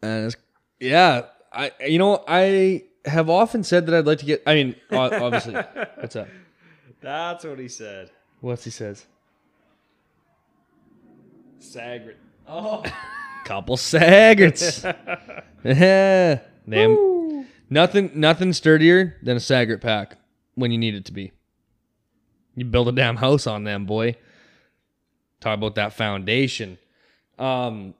[SPEAKER 2] And it's, yeah, I you know I have often said that I'd like to get. I mean, o- obviously, what's up?
[SPEAKER 1] That's what he said.
[SPEAKER 2] What's he says?
[SPEAKER 1] Sagrit.
[SPEAKER 2] Oh. Couple Sagerts. yeah, Damn. nothing nothing sturdier than a Sagert pack when you need it to be. You build a damn house on them, boy. Talk about that foundation. Um,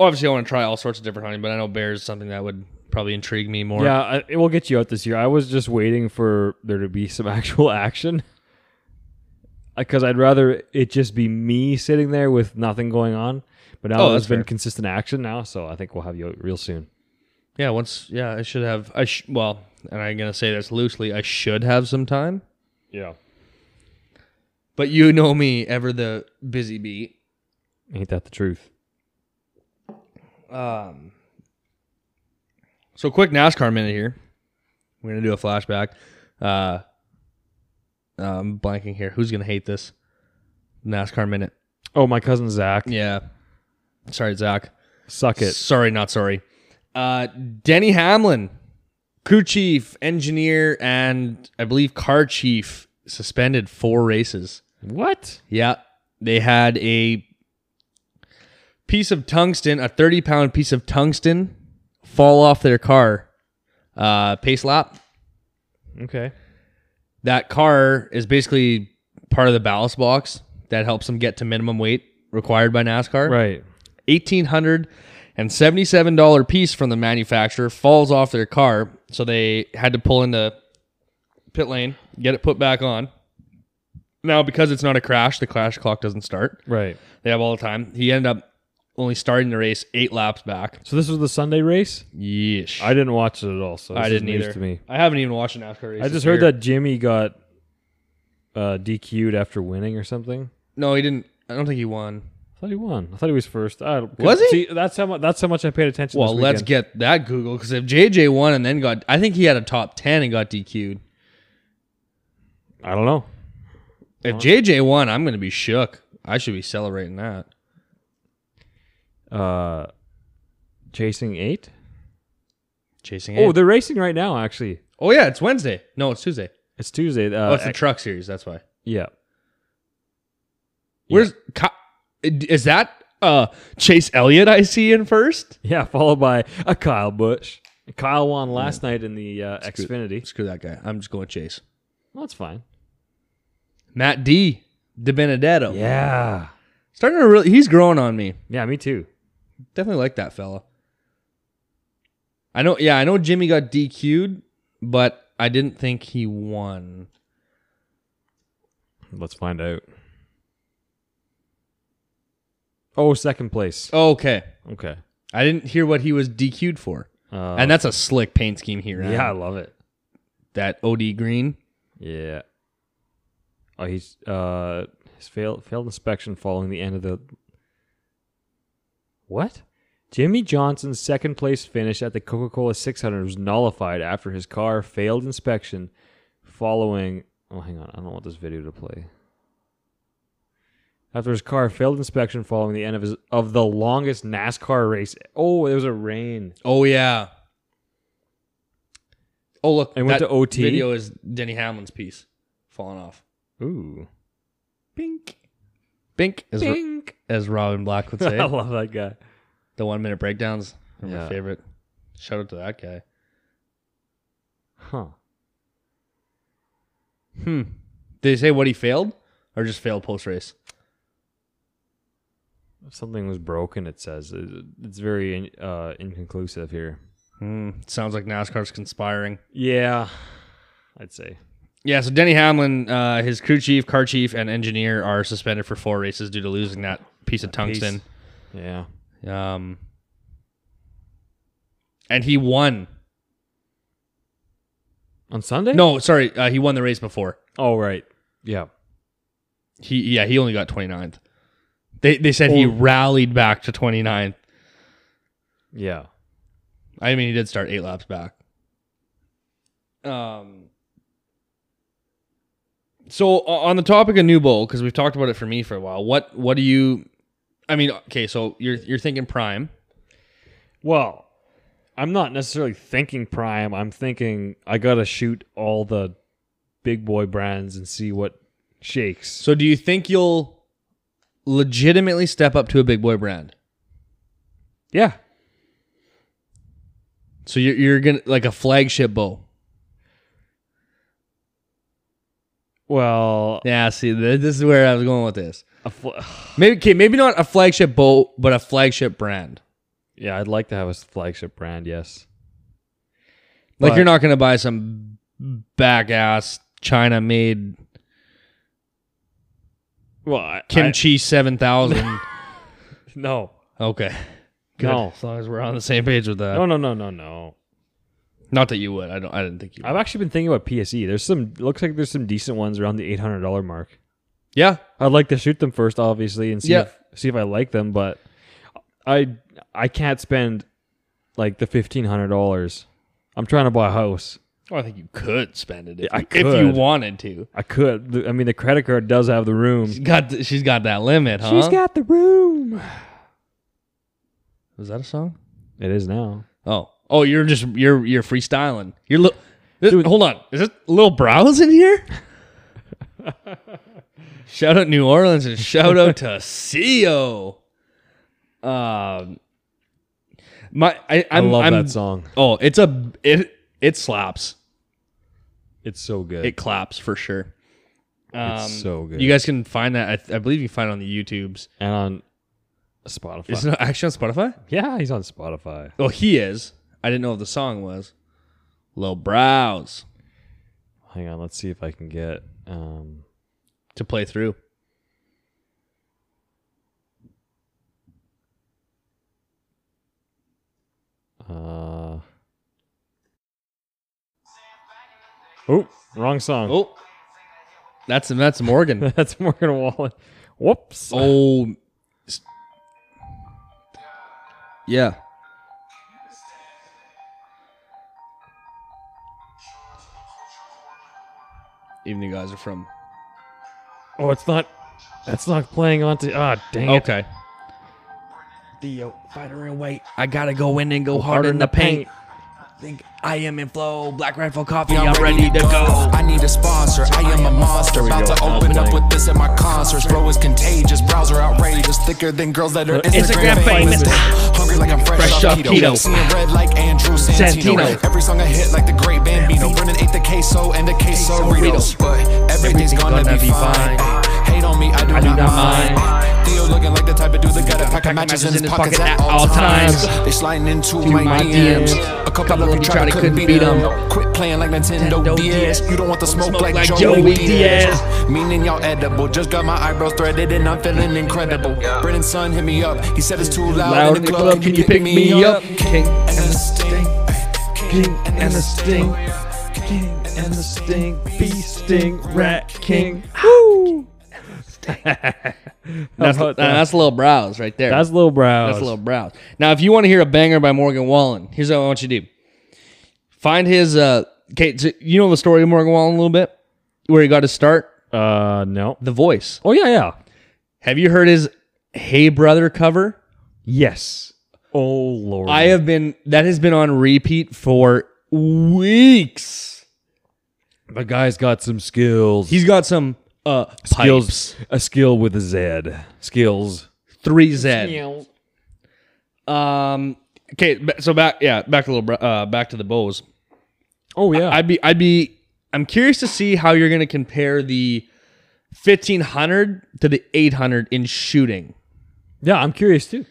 [SPEAKER 2] obviously, I want to try all sorts of different hunting, but I know bears is something that would probably intrigue me more.
[SPEAKER 1] Yeah, I, it will get you out this year. I was just waiting for there to be some actual action because I'd rather it just be me sitting there with nothing going on. But now
[SPEAKER 2] Oh,
[SPEAKER 1] there's
[SPEAKER 2] that's
[SPEAKER 1] been
[SPEAKER 2] fair.
[SPEAKER 1] consistent action now, so I think we'll have you out real soon.
[SPEAKER 2] Yeah, once. Yeah, I should have. I sh- well, and I'm gonna say this loosely. I should have some time,
[SPEAKER 1] Yeah,
[SPEAKER 2] but you know me, ever the busy bee.
[SPEAKER 1] ain't that the truth?
[SPEAKER 2] Um. So quick NASCAR minute here. We're gonna do a flashback. Uh, I'm blanking here. Who's gonna hate this NASCAR minute?
[SPEAKER 1] Oh, my cousin Zach,
[SPEAKER 2] Yeah. Sorry, Zach.
[SPEAKER 1] suck it.
[SPEAKER 2] Sorry, not sorry. Uh, Denny Hamlin, crew chief, engineer, and I believe car chief, suspended four races.
[SPEAKER 1] What?
[SPEAKER 2] Yeah. They had a piece of tungsten, a 30 pound piece of tungsten, fall off their car. Uh, pace lap.
[SPEAKER 1] Okay.
[SPEAKER 2] That car is basically part of the ballast box that helps them get to minimum weight required by NASCAR.
[SPEAKER 1] Right.
[SPEAKER 2] $1,877 piece from the manufacturer falls off their car. So they had to pull into pit lane, get it put back on. Now, because it's not a crash, the crash clock doesn't start.
[SPEAKER 1] Right.
[SPEAKER 2] They have all the time. He ended up only starting the race eight laps back.
[SPEAKER 1] So this was the Sunday race.
[SPEAKER 2] Yeesh.
[SPEAKER 1] I didn't watch it at all, so this
[SPEAKER 2] I
[SPEAKER 1] is
[SPEAKER 2] didn't
[SPEAKER 1] news
[SPEAKER 2] either.
[SPEAKER 1] to me.
[SPEAKER 2] I haven't even watched an NASCAR race.
[SPEAKER 1] I
[SPEAKER 2] this
[SPEAKER 1] just heard
[SPEAKER 2] year.
[SPEAKER 1] that Jimmy got uh, DQ'd after winning or something.
[SPEAKER 2] No, he didn't. I don't think he won.
[SPEAKER 1] I thought he won. I thought he was first. I
[SPEAKER 2] Was he?
[SPEAKER 1] See, that's how much. That's how much I paid attention.
[SPEAKER 2] Well,
[SPEAKER 1] this
[SPEAKER 2] let's
[SPEAKER 1] weekend.
[SPEAKER 2] get that Google because if JJ won and then got, I think he had a top ten and got DQ'd.
[SPEAKER 1] I don't know.
[SPEAKER 2] If JJ won, I'm going to be shook. I should be celebrating that.
[SPEAKER 1] Uh, chasing eight.
[SPEAKER 2] Chasing.
[SPEAKER 1] Oh,
[SPEAKER 2] Oh,
[SPEAKER 1] they're racing right now. Actually,
[SPEAKER 2] oh yeah, it's Wednesday. No, it's Tuesday.
[SPEAKER 1] it's Tuesday. Uh,
[SPEAKER 2] oh, it's the
[SPEAKER 1] ac-
[SPEAKER 2] truck series. That's why.
[SPEAKER 1] yeah.
[SPEAKER 2] Where's Ka- is that uh Chase Elliott? I see in first.
[SPEAKER 1] Yeah, followed by a Kyle Busch. Kyle won last night in the uh, Xfinity.
[SPEAKER 2] Screw that guy. I'm just going Chase.
[SPEAKER 1] Well, that's fine.
[SPEAKER 2] Matt D. De Benedetto.
[SPEAKER 1] Yeah.
[SPEAKER 2] Starting to really, he's growing on me.
[SPEAKER 1] Yeah, me too.
[SPEAKER 2] Definitely like that fella. I know, yeah, I know Jimmy got DQ'd, but I didn't think he won.
[SPEAKER 1] Let's find out. Oh, second place.
[SPEAKER 2] Okay.
[SPEAKER 1] Okay.
[SPEAKER 2] I didn't hear what he was DQ'd for.
[SPEAKER 1] Uh,
[SPEAKER 2] and that's a slick paint scheme here.
[SPEAKER 1] yeah, I love it.
[SPEAKER 2] That OD green.
[SPEAKER 1] Yeah. Oh, he's uh his failed failed inspection following the end of the What? Jimmy Johnson's second place finish at the Coca-Cola 600 was nullified after his car failed inspection following Oh, hang on. I don't want this video to play. After his car failed inspection following the end of his of the longest NASCAR race. Oh, there was a rain.
[SPEAKER 2] Oh, yeah. Oh, look.
[SPEAKER 1] It went
[SPEAKER 2] that
[SPEAKER 1] to OT.
[SPEAKER 2] video is Denny Hamlin's piece falling off.
[SPEAKER 1] Ooh. Pink.
[SPEAKER 2] Bink, as,
[SPEAKER 1] Pink.
[SPEAKER 2] as Robin Black would
[SPEAKER 1] I
[SPEAKER 2] say.
[SPEAKER 1] love that guy.
[SPEAKER 2] The one minute breakdowns are
[SPEAKER 1] Yeah.
[SPEAKER 2] my favorite. Shout out to that guy.
[SPEAKER 1] Huh.
[SPEAKER 2] Hmm. Did they say what he failed or just failed post race?
[SPEAKER 1] something was broken it says It- it's very uh inconclusive here
[SPEAKER 2] Hmm. Sounds like NASCAR's conspiring.
[SPEAKER 1] yeah i'd say
[SPEAKER 2] Yeah. So Denny Hamlin, uh, his crew chief, car chief, and engineer are suspended for four races due to losing that piece of tungsten.
[SPEAKER 1] yeah
[SPEAKER 2] Um. And he won
[SPEAKER 1] on Sunday?
[SPEAKER 2] No, sorry, uh, he won the race before.
[SPEAKER 1] Oh right. Yeah.
[SPEAKER 2] He yeah, he only got 29th. They they said he
[SPEAKER 1] Oh.
[SPEAKER 2] rallied back to 29th.
[SPEAKER 1] Yeah.
[SPEAKER 2] I mean, he did start eight laps back. Um. So o- on the topic of new bowl, because we've talked about it for me for a while. What what do you? I mean, okay, so you're you're thinking prime.
[SPEAKER 1] Well, I'm not necessarily thinking prime. I'm thinking I gotta shoot all the big boy brands and see what shakes.
[SPEAKER 2] So do you think you'll legitimately step up to a big boy brand?
[SPEAKER 1] yeah.
[SPEAKER 2] So you're you're gonna like a flagship bowl.
[SPEAKER 1] Well,
[SPEAKER 2] Yeah, see, th- this is where I was going with this.
[SPEAKER 1] a fl-
[SPEAKER 2] Maybe okay, maybe not a flagship bowl, but a flagship brand.
[SPEAKER 1] yeah, I'd like to have a flagship brand. Yes.
[SPEAKER 2] Like
[SPEAKER 1] But-
[SPEAKER 2] you're not gonna buy some back ass China made
[SPEAKER 1] Well, I,
[SPEAKER 2] kimchi seven thousand.
[SPEAKER 1] I- no,
[SPEAKER 2] okay.
[SPEAKER 1] No.
[SPEAKER 2] As long as we're on the same page with that.
[SPEAKER 1] no, no, no, no, no.
[SPEAKER 2] Not that you would. I don't I didn't think you would.
[SPEAKER 1] I've actually been thinking about PSE. There's some. Looks like there's some decent ones around the eight hundred dollar mark.
[SPEAKER 2] yeah.
[SPEAKER 1] I'd like to shoot them first, obviously, and see
[SPEAKER 2] Yeah.
[SPEAKER 1] if, see if I like them. But I I can't spend like the fifteen hundred dollars. I'm trying to buy a house.
[SPEAKER 2] Well, Oh, I think you could spend it if,
[SPEAKER 1] I
[SPEAKER 2] you, if you
[SPEAKER 1] could.
[SPEAKER 2] wanted to.
[SPEAKER 1] I could. The- I mean, the credit card does have the room.
[SPEAKER 2] She's got th- she's got that limit, huh?
[SPEAKER 1] She's got the room.
[SPEAKER 2] Was that a song?
[SPEAKER 1] It is now.
[SPEAKER 2] Oh, oh, you're just you're you're freestyling. You're li- this,
[SPEAKER 1] Dude.
[SPEAKER 2] hold on. Is it little brows in here? shout out New Orleans and shout out to CEO. Um, my I
[SPEAKER 1] i
[SPEAKER 2] I'm,
[SPEAKER 1] love
[SPEAKER 2] I'm-
[SPEAKER 1] that song.
[SPEAKER 2] Oh, it's a it it slaps.
[SPEAKER 1] It's so good.
[SPEAKER 2] It claps for sure. Um,
[SPEAKER 1] it's so good.
[SPEAKER 2] You guys can find that. I, th- I believe you can find it on the YouTubes.
[SPEAKER 1] and on Spotify.
[SPEAKER 2] It's not actually on Spotify.
[SPEAKER 1] yeah, he's on Spotify.
[SPEAKER 2] Oh, he is. I didn't know if the song was. Lil Brows
[SPEAKER 1] Hang on, let's see if I can get. Um,
[SPEAKER 2] to play through.
[SPEAKER 1] uh... Oh, wrong song.
[SPEAKER 2] Oh, that's that's Morgan.
[SPEAKER 1] That's Morgan Wallen. Whoops.
[SPEAKER 2] oh, s- yeah. Even you guys are from.
[SPEAKER 1] Oh, it's not. That's not playing onto. Ah, dang it.
[SPEAKER 2] Okay. Theo, uh, fighter in white. I gotta go in and go hard Oh, in the paint. Think I am in flow. Black Rifle Coffee. I'm ready to go.
[SPEAKER 5] I need a sponsor. I am a monster. About to open up with this at my concerts. Bro is contagious. Browser outrageous. Thicker than girls that are Instagram,
[SPEAKER 2] Instagram famous.
[SPEAKER 5] famous. Hungry like I'm fresh,
[SPEAKER 2] Fresh
[SPEAKER 5] off
[SPEAKER 2] off keto.
[SPEAKER 5] keto. Seeing red like Andrew Santino.
[SPEAKER 2] Santino.
[SPEAKER 5] Every song I hit like the great Bambino. Brennan ate the queso and the queso Ritos. But everything's gonna be fine. Hate on me, I do not mind. Theo looking like the type of dude that got a pack of matches in his pockets at all times. They sliding into my
[SPEAKER 2] my
[SPEAKER 5] DMs.
[SPEAKER 2] DMs.
[SPEAKER 5] A couple of them tried to couldn't beat 'em. Quit playing like Nintendo
[SPEAKER 2] Nintendo
[SPEAKER 5] DS.
[SPEAKER 2] DS.
[SPEAKER 5] You don't want the smoke,
[SPEAKER 2] Smoke
[SPEAKER 5] like,
[SPEAKER 2] like Joey
[SPEAKER 5] Joey Diaz. Meaning y'all edible. Just got my eyebrows threaded and I'm feeling incredible. Brendan's son hit me up. He said it's too loud, in the club. Can you pick me up?
[SPEAKER 2] King
[SPEAKER 5] And the sting. King and the sting.
[SPEAKER 2] and the sting, bee sting, rat king. that's,
[SPEAKER 1] How about that?
[SPEAKER 2] that's a little browse right there.
[SPEAKER 1] Oh, That's Lil Brow.
[SPEAKER 2] That's a little browse. Now, if you want to hear a banger by Morgan Wallen, here's what I want you to do: find his. uh Okay, so you know the story of Morgan Wallen a little bit, where he got his start.
[SPEAKER 1] Uh, no.
[SPEAKER 2] The Voice.
[SPEAKER 1] Oh yeah, yeah.
[SPEAKER 2] Have you heard his "Hey Brother" cover?
[SPEAKER 1] Yes. Oh lord.
[SPEAKER 2] I have been. That has been on repeat for weeks.
[SPEAKER 1] The guy's got some skills.
[SPEAKER 2] He's got some uh skills.
[SPEAKER 1] skills. A skill with a Z. Skills.
[SPEAKER 2] Three Z. Um. Okay. ba- So back. Yeah. Back to little. Bro- Uh. Back to the bows.
[SPEAKER 1] Oh yeah.
[SPEAKER 2] I'd be. I'd be. I'm curious to see how you're going to compare the 1500 to the 800 in shooting.
[SPEAKER 1] yeah, I'm curious too.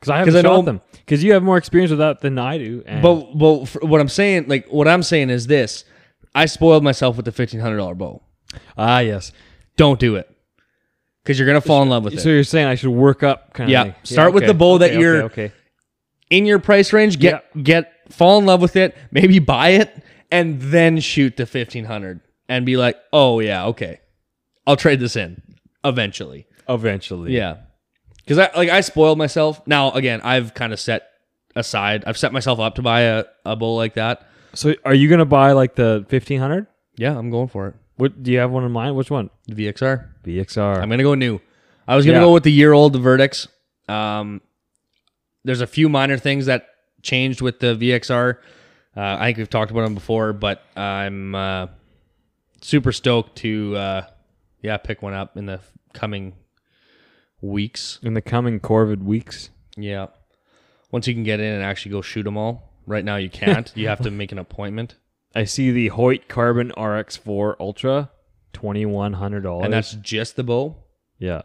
[SPEAKER 1] Because I haven't
[SPEAKER 2] 'Cause I
[SPEAKER 1] shot
[SPEAKER 2] know-
[SPEAKER 1] them. Because you have more experience with that than I do. And
[SPEAKER 2] But but for what I'm saying, like what I'm saying is this: I spoiled myself with the 1500 dollar bow.
[SPEAKER 1] ah yes.
[SPEAKER 2] Don't do it, because you're gonna fall in love with
[SPEAKER 1] So
[SPEAKER 2] it.
[SPEAKER 1] you're saying I should work up kind
[SPEAKER 2] Yeah.
[SPEAKER 1] of.
[SPEAKER 2] Start with the bowl that you're-
[SPEAKER 1] okay.
[SPEAKER 2] In your price range, get get fall in love with it. Maybe buy it and then shoot to 1500 and be like, oh, yeah, okay. I'll trade this in eventually.
[SPEAKER 1] Eventually.
[SPEAKER 2] Yeah. Cause I like I spoiled myself. Now again, I've kind of set aside. I've set myself up to buy a, a bowl like that.
[SPEAKER 1] So are you gonna buy like the fifteen hundred?
[SPEAKER 2] Yeah, I'm going for it.
[SPEAKER 1] What do you have one in mind? Which one?
[SPEAKER 2] The VXR.
[SPEAKER 1] VXR.
[SPEAKER 2] I'm gonna go new. I was gonna
[SPEAKER 1] Yeah.
[SPEAKER 2] go with the year old verdicts. Um, there's a few minor things that changed with the VXR. Uh, I think we've talked about them before, but I'm uh, super stoked to uh, yeah pick one up in the coming weeks.
[SPEAKER 1] in the coming Corvid weeks.
[SPEAKER 2] Yeah, once you can get in and actually go shoot them all. Right now you can't. you have to make an appointment,
[SPEAKER 1] I see the Hoyt Carbon RX4 Ultra, twenty one hundred dollars.
[SPEAKER 2] and that's just the bow.
[SPEAKER 1] yeah.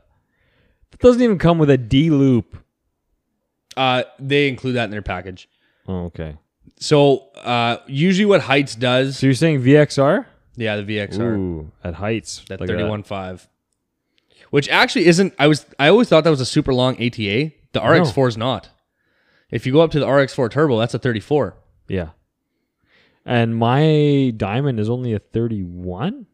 [SPEAKER 1] It doesn't even come with a D loop.
[SPEAKER 2] Uh, they include that in their package.
[SPEAKER 1] Oh, okay.
[SPEAKER 2] So uh, usually what Heights does,
[SPEAKER 1] So you're saying VXR?
[SPEAKER 2] yeah, the VXR.
[SPEAKER 1] Ooh, at heights.
[SPEAKER 2] that
[SPEAKER 1] like
[SPEAKER 2] thirty one five, which actually isn't. I was I always thought that was a super long ATA. The RX four is not. If you go up to the RX four turbo, that's a thirty four.
[SPEAKER 1] Yeah. And my diamond is only a 31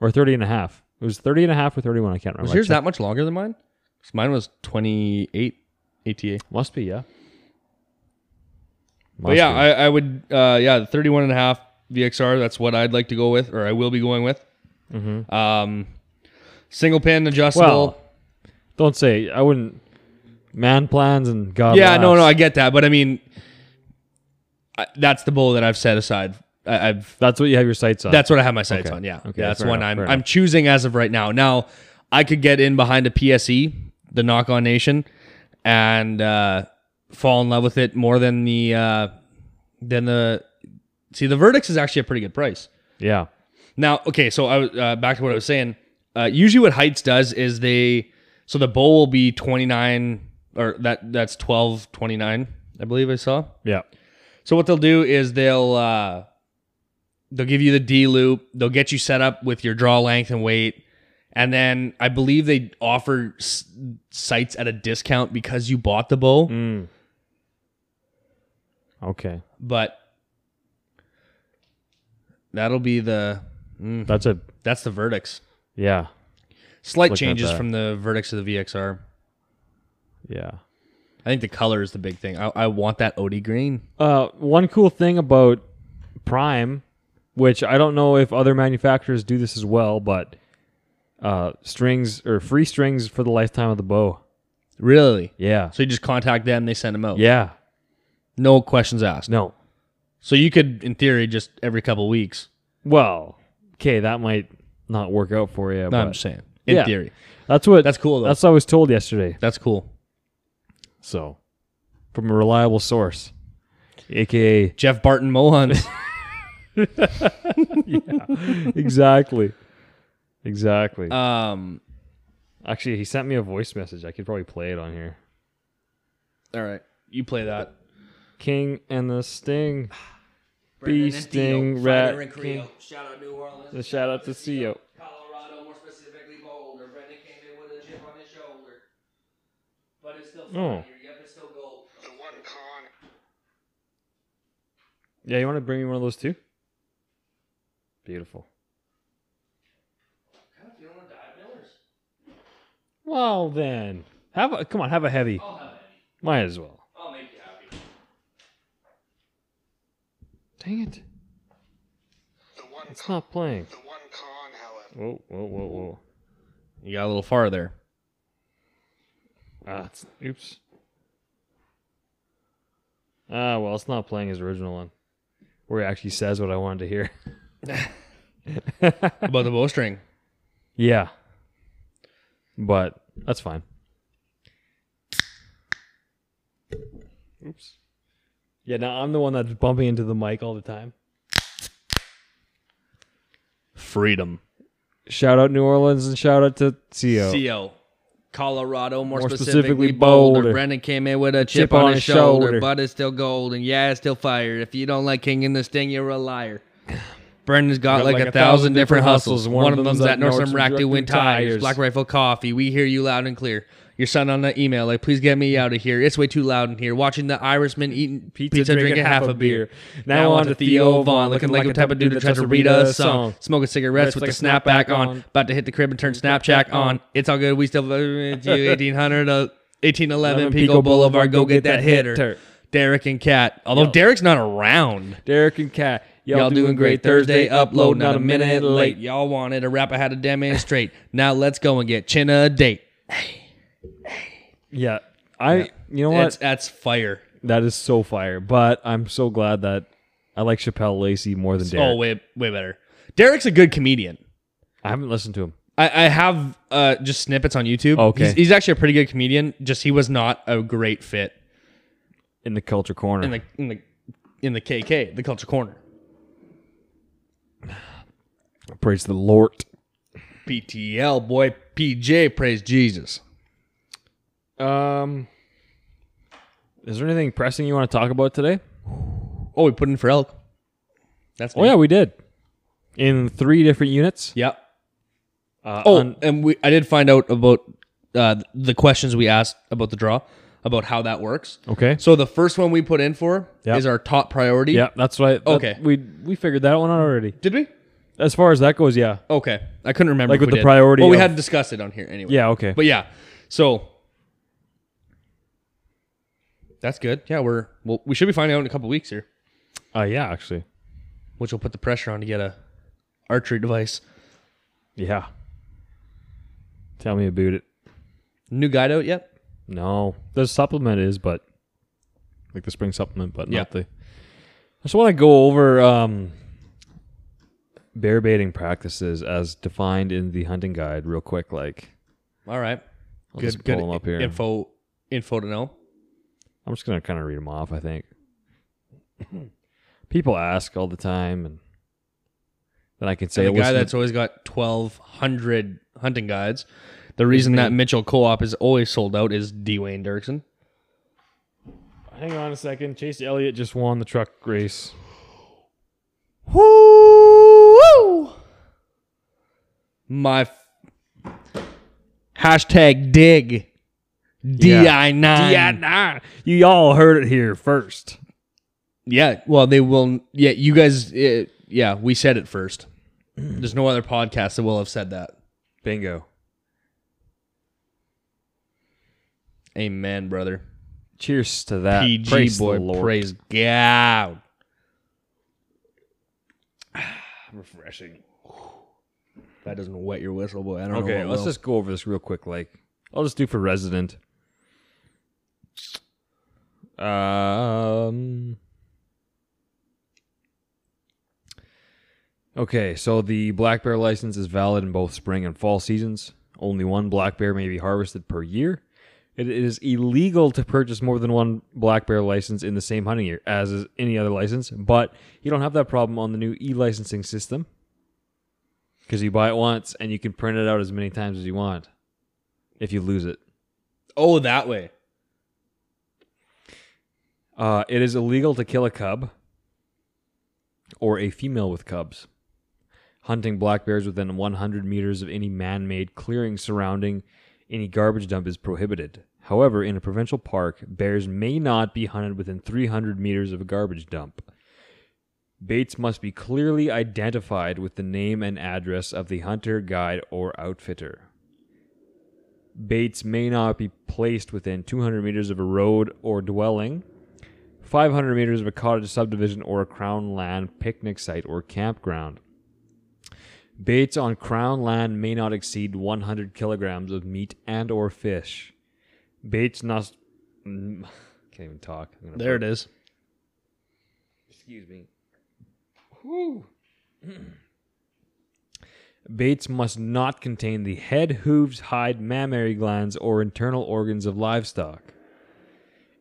[SPEAKER 1] or 30 and a half. It was 30 and a half or 31. I can't remember.
[SPEAKER 2] Was
[SPEAKER 1] I
[SPEAKER 2] yours
[SPEAKER 1] checked.
[SPEAKER 2] that much longer than mine? 'Cause mine was twenty eight ATA.
[SPEAKER 1] Must be, yeah.
[SPEAKER 2] but yeah, I, I would. Uh, yeah, the thirty one and a half VXR. That's what I'd like to go with, or I will be going with. Um, single pin adjustable.
[SPEAKER 1] Mm-hmm. well, don't say I wouldn't. Man plans and God.
[SPEAKER 2] yeah, no, no, I
[SPEAKER 1] laughs.
[SPEAKER 2] get that, but I mean, I, that's the bowl that I've set aside. I, I've
[SPEAKER 1] That's what you have your sights on.
[SPEAKER 2] That's what I have my sights
[SPEAKER 1] Okay.
[SPEAKER 2] on. Yeah.
[SPEAKER 1] Okay,
[SPEAKER 2] Yeah, that's
[SPEAKER 1] fair
[SPEAKER 2] one
[SPEAKER 1] enough,
[SPEAKER 2] I'm
[SPEAKER 1] fair
[SPEAKER 2] I'm
[SPEAKER 1] enough.
[SPEAKER 2] choosing as of right now. Now I could get in behind a PSE, E, the knock on nation, and uh, fall in love with it more than the uh, than the see the verdicts is actually a pretty good price.
[SPEAKER 1] yeah.
[SPEAKER 2] Now, okay, so I was uh, back to what I was saying. Uh, usually, what Heights does is they so the bowl will be twenty nine or that that's twelve twenty nine. I believe I saw.
[SPEAKER 1] Yeah.
[SPEAKER 2] So what they'll do is they'll uh, they'll give you the D loop. They'll get you set up with your draw length and weight, and then I believe they offer s- sites at a discount because you bought the bow.
[SPEAKER 1] Mm. Okay.
[SPEAKER 2] But that'll be the mm,
[SPEAKER 1] That's a
[SPEAKER 2] that's the verdicts.
[SPEAKER 1] yeah.
[SPEAKER 2] Slight
[SPEAKER 1] Looking at
[SPEAKER 2] changes
[SPEAKER 1] that.
[SPEAKER 2] from the verdicts of the VXR.
[SPEAKER 1] Yeah.
[SPEAKER 2] I think the color is the big thing. I, I want that OD green.
[SPEAKER 1] Uh, one cool thing about Prime, which I don't know if other manufacturers do this as well, but uh, strings or free strings for the lifetime of the bow.
[SPEAKER 2] Really?
[SPEAKER 1] Yeah.
[SPEAKER 2] So you just contact them, they send them out.
[SPEAKER 1] Yeah.
[SPEAKER 2] No questions asked.
[SPEAKER 1] No.
[SPEAKER 2] So you could, in theory, just every couple weeks.
[SPEAKER 1] Well, okay, that might not work out for you.
[SPEAKER 2] No,
[SPEAKER 1] but
[SPEAKER 2] I'm just saying. In
[SPEAKER 1] Yeah.
[SPEAKER 2] theory,
[SPEAKER 1] that's what
[SPEAKER 2] that's cool though. That's,
[SPEAKER 1] that's what I was told yesterday.
[SPEAKER 2] cool.
[SPEAKER 1] So, from a reliable source, aka
[SPEAKER 2] Jeff Barton Mohans.
[SPEAKER 1] exactly, exactly.
[SPEAKER 2] um.
[SPEAKER 1] Actually, he sent me a voice message. I could probably play it on here.
[SPEAKER 2] All right, you play that.
[SPEAKER 1] King and the Sting, Bee Sting, Rat King.
[SPEAKER 6] Shout out New Orleans.
[SPEAKER 1] The shout out to CEO.
[SPEAKER 6] Colorado, more specifically Boulder. Brendan came in with a chip on his shoulder. But it's still
[SPEAKER 1] Oh.
[SPEAKER 6] Yep, it's still gold.
[SPEAKER 1] Yeah, you want to bring me one of those too? Beautiful. Well then, have a come on, have a heavy. Might as well.
[SPEAKER 6] I'll make you happy.
[SPEAKER 1] Dang it,
[SPEAKER 3] The one,
[SPEAKER 1] it's not playing.
[SPEAKER 3] the one con, however.
[SPEAKER 1] Whoa, whoa, whoa, whoa.
[SPEAKER 2] You got a little far there.
[SPEAKER 1] Ah, it's, oops. Ah, well, it's not playing his original one, where he actually says what I wanted to hear.
[SPEAKER 2] About the bowstring.
[SPEAKER 1] Yeah, but that's fine. Oops. Yeah, now I'm the one that's bumping into the mic all the time.
[SPEAKER 2] Freedom.
[SPEAKER 1] Shout out New Orleans and shout out to CO.
[SPEAKER 2] Co. Colorado, more,
[SPEAKER 1] More
[SPEAKER 2] specifically,
[SPEAKER 1] specifically,
[SPEAKER 2] Boulder.
[SPEAKER 1] Boulder.
[SPEAKER 2] Brendan came in with a chip, on, his shoulder, but it's still gold, and yeah, it's still fire. If you don't like King in the Sting, you're a liar. Brendan's got, like, a thousand different hustles. One, of them's at Northam Rack Doing Tires, Black Rifle Coffee. We hear you loud and clear. You're sending on that email like, please get me out of here. It's way too loud in here. Watching the Irishman eating pizza, drinking, half a beer. Now, on to Theo Vaughn, looking like the type of dude that tries to read us song. Smoking cigarettes with the snapback on. About to hit the crib and turn Snapchat on. It's all good. We still love you. 1800, uh, 1811 Pico Boulevard. Go get that hitter. Derek and Kat. Although Derek's not around.
[SPEAKER 1] Derek and Kat.
[SPEAKER 2] Y'all, doing great. Thursday, upload not a minute late. Y'all wanted a rap I had to demonstrate. now let's go and get Chinna a date.
[SPEAKER 1] Yeah. I you know what?
[SPEAKER 2] That's, that's fire.
[SPEAKER 1] that is so fire. But I'm so glad that I like Chappelle Lacey more than Derek.
[SPEAKER 2] Oh, way way better. Derek's a good comedian.
[SPEAKER 1] I haven't listened to him.
[SPEAKER 2] I, I have uh, just snippets on YouTube.
[SPEAKER 1] Okay.
[SPEAKER 2] he's, he's actually a pretty good comedian. Just he was not a great fit
[SPEAKER 1] In the culture corner.
[SPEAKER 2] in the in the in the KK, the Culture Corner,
[SPEAKER 1] Praise the Lord.
[SPEAKER 2] PTL boy PJ. Praise Jesus.
[SPEAKER 1] Um Is there anything pressing you want to talk about today?
[SPEAKER 2] Oh, we put in for elk. That's
[SPEAKER 1] Oh yeah, we did. In three different units.
[SPEAKER 2] yep.
[SPEAKER 1] Uh,
[SPEAKER 2] Oh,
[SPEAKER 1] on-
[SPEAKER 2] and we I did find out about uh, the questions we asked about the draw, about how that works.
[SPEAKER 1] okay.
[SPEAKER 2] So the first one we put in for
[SPEAKER 1] Yep.
[SPEAKER 2] is our top priority.
[SPEAKER 1] Yeah, that's right.
[SPEAKER 2] Okay.
[SPEAKER 1] we we figured that one out already.
[SPEAKER 2] Did we?
[SPEAKER 1] As far as that goes, yeah.
[SPEAKER 2] Okay, I couldn't remember.
[SPEAKER 1] Like
[SPEAKER 2] if
[SPEAKER 1] with
[SPEAKER 2] we
[SPEAKER 1] the
[SPEAKER 2] did.
[SPEAKER 1] priority
[SPEAKER 2] Well, we
[SPEAKER 1] of-
[SPEAKER 2] had discussed it on here anyway.
[SPEAKER 1] Yeah, okay.
[SPEAKER 2] but yeah. So that's good. Yeah, we're well. We should be finding out in a couple weeks here,
[SPEAKER 1] uh, yeah, actually.
[SPEAKER 2] which will put the pressure on to get a archery device.
[SPEAKER 1] Yeah. Tell me about it.
[SPEAKER 2] New guide out yet?
[SPEAKER 1] No, the supplement is, but like the spring supplement, but
[SPEAKER 2] Yeah.
[SPEAKER 1] not the. I just want to go over um, bear baiting practices as defined in the hunting guide, real quick. Like,
[SPEAKER 2] All right.
[SPEAKER 1] I'll
[SPEAKER 2] good.
[SPEAKER 1] just pull
[SPEAKER 2] good
[SPEAKER 1] them up here.
[SPEAKER 2] Info. Info to know.
[SPEAKER 1] I'm just gonna kind of read them off. I think people ask all the time, and then I can say,
[SPEAKER 2] the guy
[SPEAKER 1] listen to-
[SPEAKER 2] that's always got 1200 hunting guides the reason that mitchell co-op is always sold out is dwayne dirksen
[SPEAKER 1] Hang on a second. Chase Elliott just won the truck race.
[SPEAKER 2] my f- hashtag dig di9
[SPEAKER 1] nah. You all heard it here first.
[SPEAKER 2] yeah well they will yeah you guys eh, yeah we said it first there's no other podcast that will have said that
[SPEAKER 1] Bingo.
[SPEAKER 2] amen brother
[SPEAKER 1] Cheers to that.
[SPEAKER 2] pg
[SPEAKER 1] Uh, Praise the
[SPEAKER 2] boy
[SPEAKER 1] Lord.
[SPEAKER 2] praise god
[SPEAKER 1] refreshing.
[SPEAKER 2] that doesn't wet your whistle boy i don't know
[SPEAKER 1] Okay,
[SPEAKER 2] what
[SPEAKER 1] let's
[SPEAKER 2] will.
[SPEAKER 1] just go over this real quick. Like, I'll just do for resident. Um. Okay, so the black bear license is valid in both spring and fall seasons. Only one black bear may be harvested per year. It is illegal to purchase more than one black bear license in the same hunting year, as is any other license. But you don't have that problem on the new e-licensing system. Because you buy it once and you can print it out as many times as you want. If you lose it,
[SPEAKER 2] oh that way
[SPEAKER 1] uh, it is illegal to kill a cub or a female with cubs. Hunting black bears within 100 meters of any man made clearing surrounding any garbage dump is prohibited. However, in a provincial park, bears may not be hunted within 300 meters of a garbage dump. Baits must be clearly identified with the name and address of the hunter, guide, or outfitter. Baits may not be placed within 200 meters of a road or dwelling. 500 meters of a cottage subdivision or a crown land picnic site or campground. Baits on crown land may not exceed 100 kilograms of meat and or fish. Baits not mm, can't even talk. I'm gonna
[SPEAKER 2] there
[SPEAKER 1] burp.
[SPEAKER 2] it is
[SPEAKER 1] Excuse me. Baits must not contain the head, hooves, hide, mammary glands, or internal organs of livestock.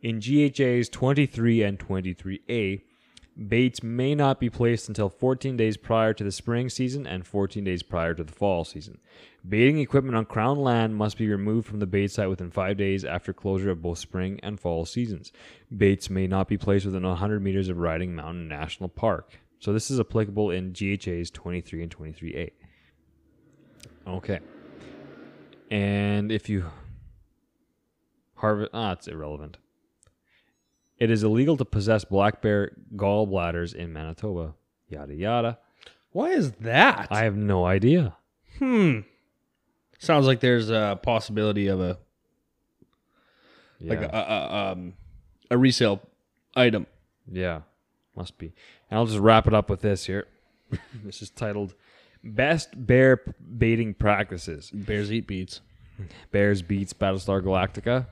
[SPEAKER 1] In GHAs 23 and 23A, baits may not be placed until 14 days prior to the spring season and 14 days prior to the fall season. Baiting equipment on crown land must be removed from the bait site within five days after closure of both spring and fall seasons. Baits may not be placed within 100 meters of Riding Mountain National Park. So this is applicable in GHAs 23 and 23A. Okay. And if you Harvest. Ah, it's irrelevant. It is illegal to possess black bear gallbladders in Manitoba. Yada yada.
[SPEAKER 2] Why is that?
[SPEAKER 1] I have no idea.
[SPEAKER 2] hmm. Sounds like there's a possibility of a
[SPEAKER 1] Yeah.
[SPEAKER 2] like a, a, a, um, a resale item.
[SPEAKER 1] Yeah, must be. And I'll just wrap it up with this here. this is titled Best Bear P- Baiting Practices
[SPEAKER 2] Bears eat beats.
[SPEAKER 1] Bears Beats Battlestar Galactica.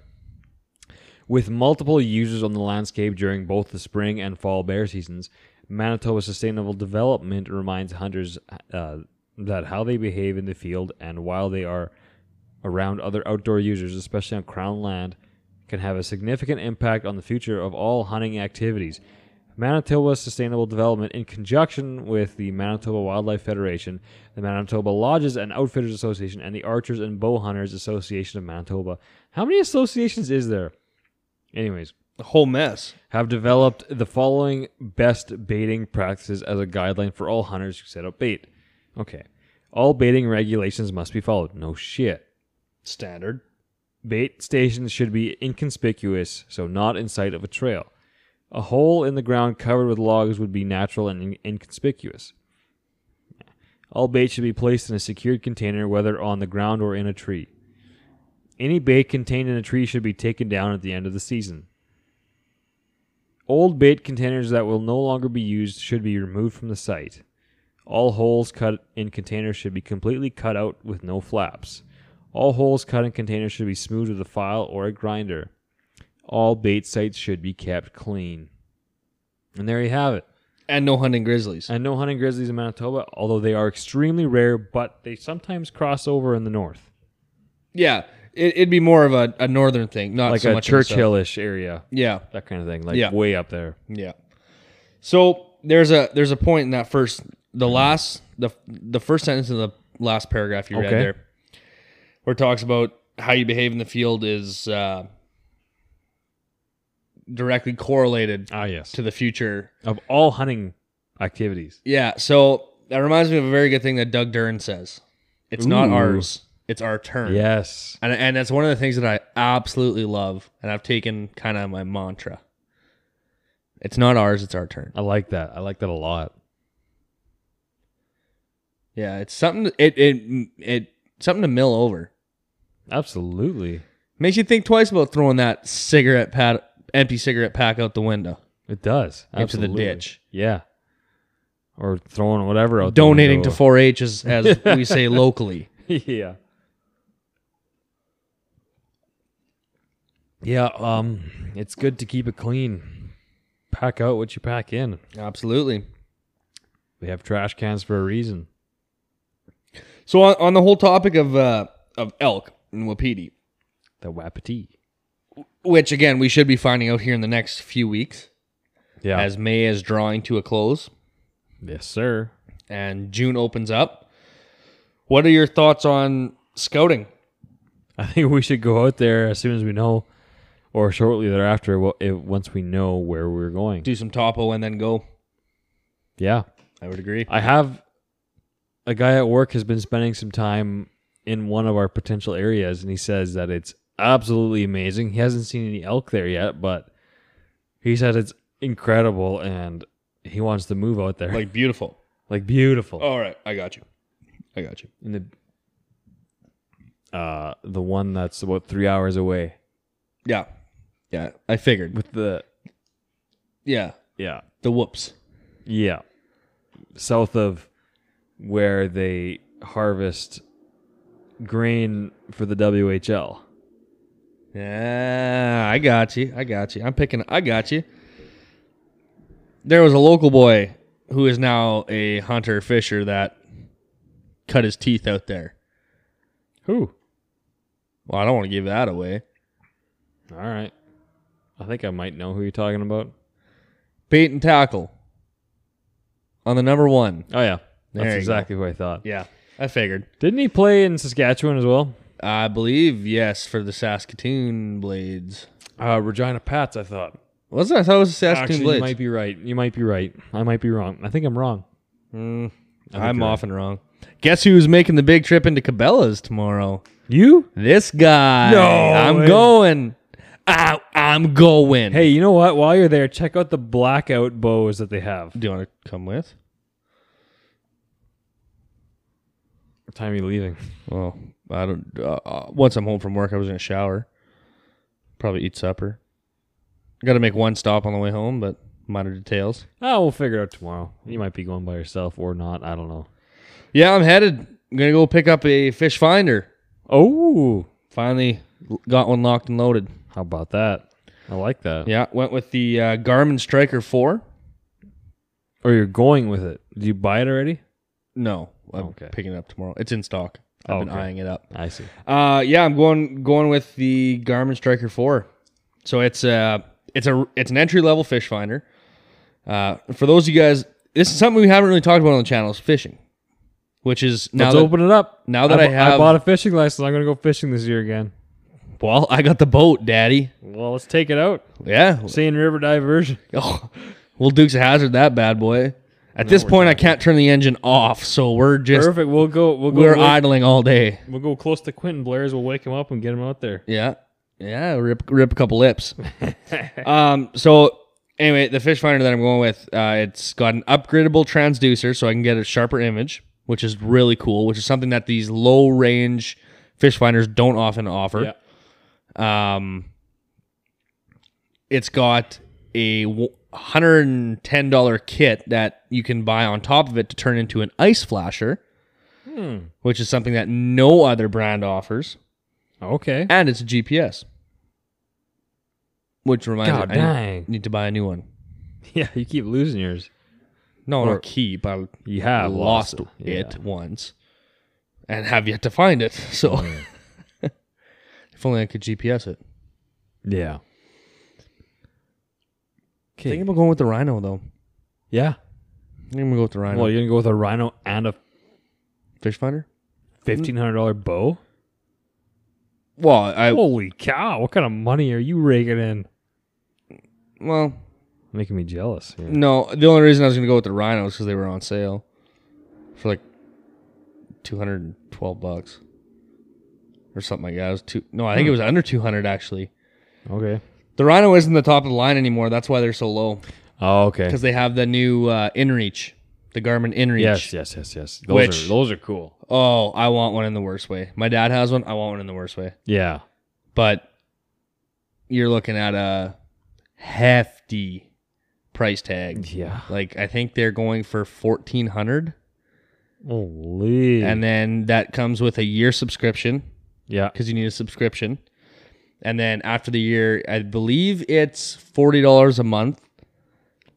[SPEAKER 1] With multiple users on the landscape during both the spring and fall bear seasons, Manitoba Sustainable Development reminds hunters uh, that how they behave in the field and while they are around other outdoor users, especially on crown land, can have a significant impact on the future of all hunting activities. Manitoba Sustainable Development, in conjunction with the Manitoba Wildlife Federation, the Manitoba Lodges and Outfitters Association, and the Archers and Bowhunters Association of Manitoba. How many associations is there? Anyways,
[SPEAKER 2] A whole mess.
[SPEAKER 1] have developed the following best baiting practices as a guideline for all hunters who set up bait. Okay. All baiting regulations must be followed. No shit.
[SPEAKER 2] Standard.
[SPEAKER 1] Bait stations should be inconspicuous, so not in sight of a trail. A hole in the ground covered with logs would be natural and in- inconspicuous. All bait should be placed in a secured container, whether on the ground or in a tree. Any bait contained in a tree should be taken down at the end of the season. Old bait containers that will no longer be used should be removed from the site. All holes cut in containers should be completely cut out with no flaps. All holes cut in containers should be smoothed with a file or a grinder. All bait sites should be kept clean. And there you have it.
[SPEAKER 2] And no hunting grizzlies.
[SPEAKER 1] And no hunting grizzlies in Manitoba, although they are extremely rare, but they sometimes cross over in the north,
[SPEAKER 2] Yeah. It, it'd be more of a, a northern thing, not
[SPEAKER 1] like
[SPEAKER 2] so
[SPEAKER 1] a
[SPEAKER 2] much in the south.
[SPEAKER 1] Churchill-ish area,
[SPEAKER 2] Yeah.
[SPEAKER 1] that kind of thing, like
[SPEAKER 2] Yeah.
[SPEAKER 1] way up there.
[SPEAKER 2] Yeah. So there's a there's a point in that first the last the the first sentence of the last paragraph you read
[SPEAKER 1] Okay.
[SPEAKER 2] there, where it talks about how you behave in the field is uh, directly correlated
[SPEAKER 1] Ah, yes.
[SPEAKER 2] to the future.
[SPEAKER 1] Of all hunting activities,
[SPEAKER 2] Yeah. So that reminds me of a very good thing that Doug Dern says. It's not
[SPEAKER 1] Ooh.
[SPEAKER 2] ours. It's our turn.
[SPEAKER 1] yes,
[SPEAKER 2] And, and that's one of the things that I absolutely love, and I've taken kind of my mantra. It's not ours; it's our turn.
[SPEAKER 1] I like that. I like that a lot.
[SPEAKER 2] Yeah, it's something. It it it something to mill over.
[SPEAKER 1] Absolutely,
[SPEAKER 2] Makes you think twice about throwing that cigarette pad, empty cigarette pack out the window.
[SPEAKER 1] it does.
[SPEAKER 2] Into the
[SPEAKER 1] Absolutely.
[SPEAKER 2] ditch.
[SPEAKER 1] yeah, or throwing whatever out. the
[SPEAKER 2] Donating to
[SPEAKER 1] window.
[SPEAKER 2] 4-H as, as we say locally.
[SPEAKER 1] yeah. Yeah, um, it's good to keep it clean. Pack out what you pack in.
[SPEAKER 2] Absolutely.
[SPEAKER 1] We have trash cans for a reason.
[SPEAKER 2] So on, on the whole topic of uh, of elk and wapiti,
[SPEAKER 1] The Wapiti.
[SPEAKER 2] which again we should be finding out here in the next few weeks
[SPEAKER 1] Yeah.
[SPEAKER 2] as May is drawing to a close
[SPEAKER 1] yes, sir.
[SPEAKER 2] and June opens up. What are your thoughts on scouting?
[SPEAKER 1] I think we should go out there as soon as we know, or shortly thereafter, well, if, once we know where we're going.
[SPEAKER 2] Do some topo and then go.
[SPEAKER 1] Yeah.
[SPEAKER 2] I would agree.
[SPEAKER 1] I have a guy at work has been spending some time in one of our potential areas, and he says that it's absolutely amazing. He hasn't seen any elk there yet, but he said it's incredible, and he wants to move out there, like, Oh.
[SPEAKER 2] Like beautiful.
[SPEAKER 1] beautiful.
[SPEAKER 2] All right, I got you. I got you.
[SPEAKER 1] And the uh, the one that's about three hours away
[SPEAKER 2] Yeah. Yeah. I figured.
[SPEAKER 1] with the
[SPEAKER 2] Yeah.
[SPEAKER 1] yeah
[SPEAKER 2] The whoops.
[SPEAKER 1] yeah south of where they harvest grain for the WHL.
[SPEAKER 2] Yeah, I got you. I got you. I'm picking I got you. There was a local boy who is now a hunter fisher that cut his teeth out there.
[SPEAKER 1] Who?
[SPEAKER 2] Well, I don't want to give that away.
[SPEAKER 1] All right. I think I might know who you're talking about.
[SPEAKER 2] Bait and tackle. On the number one.
[SPEAKER 1] Oh yeah,
[SPEAKER 2] There
[SPEAKER 1] that's
[SPEAKER 2] you
[SPEAKER 1] exactly who I thought.
[SPEAKER 2] Yeah. I figured.
[SPEAKER 1] Didn't he play in Saskatchewan as well?
[SPEAKER 2] I believe yes for the Saskatoon Blades.
[SPEAKER 1] Uh, Regina Pats, I thought.
[SPEAKER 2] Was it? I thought it was the Saskatoon
[SPEAKER 1] Actually, you
[SPEAKER 2] Blades.
[SPEAKER 1] might be right. You might be right. I might be wrong. I think I'm wrong. I think
[SPEAKER 2] I'm
[SPEAKER 1] you're right.
[SPEAKER 2] often wrong. Guess who's making the big trip into Cabela's tomorrow?
[SPEAKER 1] You?
[SPEAKER 2] This guy.
[SPEAKER 1] No
[SPEAKER 2] I'm
[SPEAKER 1] way.
[SPEAKER 2] going. out. I'm going.
[SPEAKER 1] Hey, you know what? While you're there, check out the blackout bows that they have.
[SPEAKER 2] do you want to come with?
[SPEAKER 1] What time are you leaving?
[SPEAKER 2] Well, I don't. Uh, uh, once I'm home from work, I was gonna shower, probably eat supper. Got to make one stop on the way home, but minor details.
[SPEAKER 1] Oh, we'll figure it out tomorrow. You might be going by yourself or not. I don't know.
[SPEAKER 2] Yeah, I'm headed. I'm gonna go pick up a fish finder.
[SPEAKER 1] Oh,
[SPEAKER 2] Finally, l- got one locked and loaded.
[SPEAKER 1] how about that? I like that.
[SPEAKER 2] Yeah, went with the uh, Garmin Striker Four.
[SPEAKER 1] Or you're going with it. Did you buy it already?
[SPEAKER 2] No, I'm
[SPEAKER 1] Okay.
[SPEAKER 2] picking it up tomorrow. It's in stock. I've
[SPEAKER 1] Oh,
[SPEAKER 2] been
[SPEAKER 1] okay.
[SPEAKER 2] eyeing it up.
[SPEAKER 1] I see.
[SPEAKER 2] Uh, yeah, I'm going going with the Garmin Striker Four. So it's a it's a it's an entry level fish finder. Uh, for those of you guys, this is something we haven't really talked about on the channel is fishing, which is now
[SPEAKER 1] Let's
[SPEAKER 2] that,
[SPEAKER 1] open it up.
[SPEAKER 2] now that I
[SPEAKER 1] bu- I
[SPEAKER 2] have-
[SPEAKER 1] bought a fishing license, I'm gonna go fishing this year again.
[SPEAKER 2] well, I got the boat, Daddy.
[SPEAKER 1] Well, let's take it out.
[SPEAKER 2] Yeah,
[SPEAKER 1] Seeing river diversion.
[SPEAKER 2] oh, well, Duke's a hazard that bad boy. At this point, I can't turn the engine off, so we're just
[SPEAKER 1] Perfect. We'll go. We'll go.
[SPEAKER 2] we're
[SPEAKER 1] we'll,
[SPEAKER 2] idling all day.
[SPEAKER 1] we'll go close to Quentin Blair's. We'll wake him up and get him out there.
[SPEAKER 2] Yeah. Yeah, rip rip a couple lips. um so anyway, the fish finder that I'm going with, uh, it's got an upgradable transducer so I can get a sharper image, which is really cool, which is something that these low range fish finders don't often offer. Um it's got a w- $110 kit that you can buy on top of it to turn into an ice flasher, which is something that no other brand offers
[SPEAKER 1] Okay.
[SPEAKER 2] and it's a GPS. Which reminds
[SPEAKER 1] God
[SPEAKER 2] me, I
[SPEAKER 1] dang.
[SPEAKER 2] need, need to buy a new one.
[SPEAKER 1] Yeah, you keep losing yours.
[SPEAKER 2] No,
[SPEAKER 1] Or-
[SPEAKER 2] not keep. I
[SPEAKER 1] You have
[SPEAKER 2] lost,
[SPEAKER 1] lost,
[SPEAKER 2] it,
[SPEAKER 1] Yeah.
[SPEAKER 2] once, and have yet to find it. So, if only I could GPS it.
[SPEAKER 1] Yeah.
[SPEAKER 2] Thinking about going with the Rhino though.
[SPEAKER 1] Yeah.
[SPEAKER 2] I think I'm gonna go with the Rhino
[SPEAKER 1] Well, you're gonna go with a rhino and a
[SPEAKER 2] fish finder.
[SPEAKER 1] fifteen hundred dollar bow.
[SPEAKER 2] Well, I
[SPEAKER 1] Holy cow! What kind of money are you raking in?
[SPEAKER 2] well
[SPEAKER 1] Making me jealous. here.
[SPEAKER 2] no. The only reason I was gonna go with the Rhino is because they were on sale for like two hundred and twelve bucks or something like that. It was two. No, I think it was under two hundred actually. Hmm.
[SPEAKER 1] Okay.
[SPEAKER 2] The Rhino isn't the top of the line anymore. That's why they're so low
[SPEAKER 1] Oh, okay.
[SPEAKER 2] because they have the new uh, InReach, the Garmin InReach.
[SPEAKER 1] Yes, yes, yes, yes. Those
[SPEAKER 2] Which-
[SPEAKER 1] are those are cool.
[SPEAKER 2] Oh, I want one in the worst way. My dad has one. I want one in the worst way.
[SPEAKER 1] Yeah.
[SPEAKER 2] But you're looking at a hefty price tag.
[SPEAKER 1] Yeah.
[SPEAKER 2] Like I think they're going for fourteen hundred,
[SPEAKER 1] Holy.
[SPEAKER 2] and then that comes with a year subscription
[SPEAKER 1] yeah.
[SPEAKER 2] because you need a subscription. And then after the year, I believe it's forty dollars a month.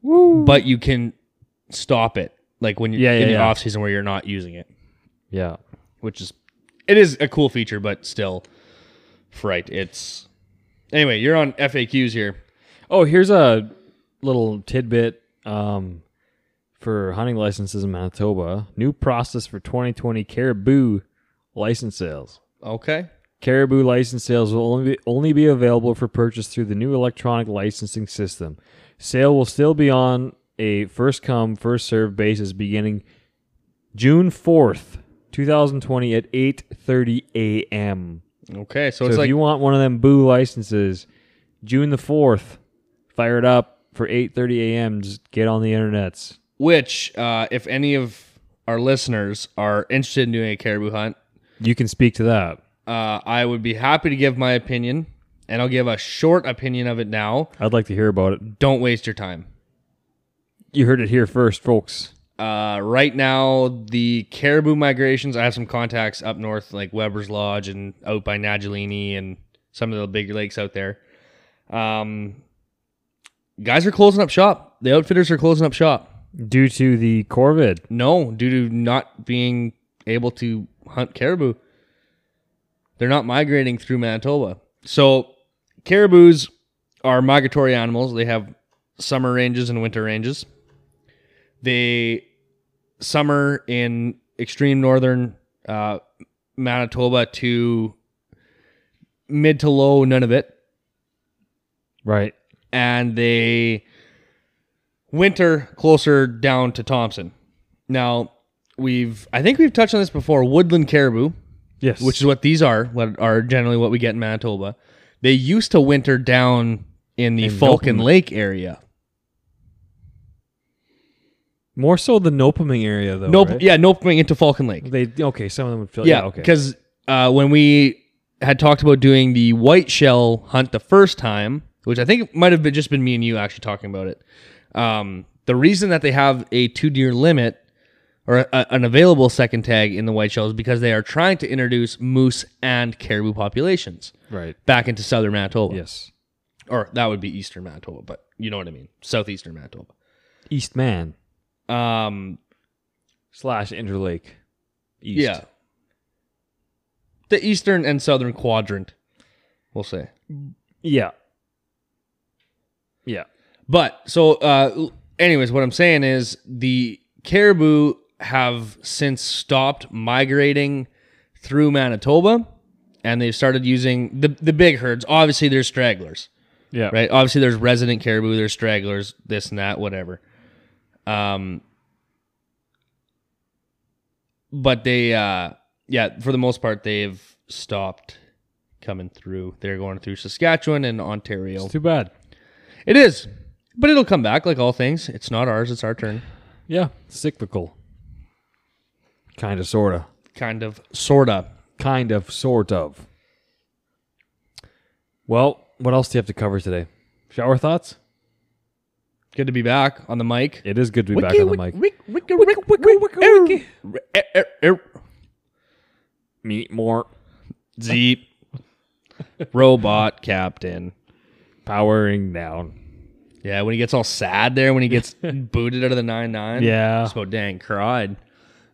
[SPEAKER 2] But you can stop it, like when you're
[SPEAKER 1] Yeah, yeah,
[SPEAKER 2] in the
[SPEAKER 1] yeah.
[SPEAKER 2] off season where you're not using it,
[SPEAKER 1] Yeah.
[SPEAKER 2] which is it is a cool feature, but still, fright. It's anyway. You're on FAQs here.
[SPEAKER 1] Oh, here's a little tidbit um, for hunting licenses in Manitoba. New process for 2020 caribou license sales.
[SPEAKER 2] Okay.
[SPEAKER 1] Caribou license sales will only be, only be available for purchase through the new electronic licensing system. Sale will still be on a first come, first served basis beginning June 4th, 2020 at 8:30 a.m.
[SPEAKER 2] Okay. So,
[SPEAKER 1] So
[SPEAKER 2] it's
[SPEAKER 1] if
[SPEAKER 2] like
[SPEAKER 1] you want one of them boo licenses, June the fourth, fire it up for eight thirty a.m. Just get on the internets.
[SPEAKER 2] which, uh, if any of our listeners are interested in doing a caribou hunt,
[SPEAKER 1] You can speak to that.
[SPEAKER 2] uh, I would be happy to give my opinion, and I'll give a short opinion of it now.
[SPEAKER 1] I'd like to hear about it.
[SPEAKER 2] don't waste your time.
[SPEAKER 1] You heard it here first, folks.
[SPEAKER 2] Uh, right now, the caribou migrations, I have some contacts up north, like Weber's Lodge and out by Nagelini and some of the big lakes out there. Um, guys are closing up shop. The outfitters are closing up shop.
[SPEAKER 1] Due to the Corvid,
[SPEAKER 2] No, due to not being able to hunt caribou. They're not migrating through Manitoba. So, caribous are migratory animals. They have summer ranges and winter ranges. They summer in extreme northern uh, Manitoba to mid to low Nunavut
[SPEAKER 1] right?
[SPEAKER 2] and they winter closer down to Thompson. Now, we've I think we've touched on this before. Woodland caribou,
[SPEAKER 1] Yes.
[SPEAKER 2] which is what these are, what are generally what we get in Manitoba. They used to winter down in the
[SPEAKER 1] In
[SPEAKER 2] Falcon
[SPEAKER 1] Nopalming.
[SPEAKER 2] Lake area.
[SPEAKER 1] More so the Nopaming area though.
[SPEAKER 2] Nope.
[SPEAKER 1] right?
[SPEAKER 2] Yeah, Nopalming into Falcon Lake.
[SPEAKER 1] They okay. Some of them would feel.
[SPEAKER 2] yeah,
[SPEAKER 1] Oh, okay.
[SPEAKER 2] Because uh, when we had talked about doing the white shell hunt the first time, which I think might have been just been me and you actually talking about it. Um, the reason that they have a two deer limit or a, an available second tag in the white shell is because they are trying to introduce moose and caribou populations
[SPEAKER 1] right.
[SPEAKER 2] back into southern Manitoba.
[SPEAKER 1] Yes.
[SPEAKER 2] or that would be eastern Manitoba, but you know what I mean, southeastern Manitoba.
[SPEAKER 1] Eastman
[SPEAKER 2] Um,
[SPEAKER 1] slash Interlake. East.
[SPEAKER 2] yeah, the eastern and southern quadrant, we'll say.
[SPEAKER 1] Yeah. Yeah.
[SPEAKER 2] But so, uh, anyways, what I'm saying is the caribou have since stopped migrating through Manitoba, and they've started using the the big herds. Obviously, there's stragglers,
[SPEAKER 1] Yeah.
[SPEAKER 2] right? Obviously, there's resident caribou, there's stragglers, this and that, whatever. Um, but they, uh, yeah, for the most part, they've stopped coming through. They're going through Saskatchewan and Ontario.
[SPEAKER 1] It's too bad.
[SPEAKER 2] It is, but it'll come back like all things. It's not ours; it's our turn.
[SPEAKER 1] Yeah. Cyclical. Kind of, sort of.
[SPEAKER 2] Kind of, sorta.
[SPEAKER 1] Kind of, sort of. Well, what else do you have to cover today? Shower thoughts?
[SPEAKER 2] Good to be back on the mic.
[SPEAKER 1] It is good to be back
[SPEAKER 2] Wicky,
[SPEAKER 1] on the mic.
[SPEAKER 2] wick, wick, wicky, wick, wick, wick, er, er, er, er.
[SPEAKER 1] Meet more
[SPEAKER 2] Zeep. Robot captain.
[SPEAKER 1] powering down.
[SPEAKER 2] Yeah, when he gets all sad there, when he gets booted out of the nine nine.
[SPEAKER 1] Yeah.
[SPEAKER 2] just about dang cried.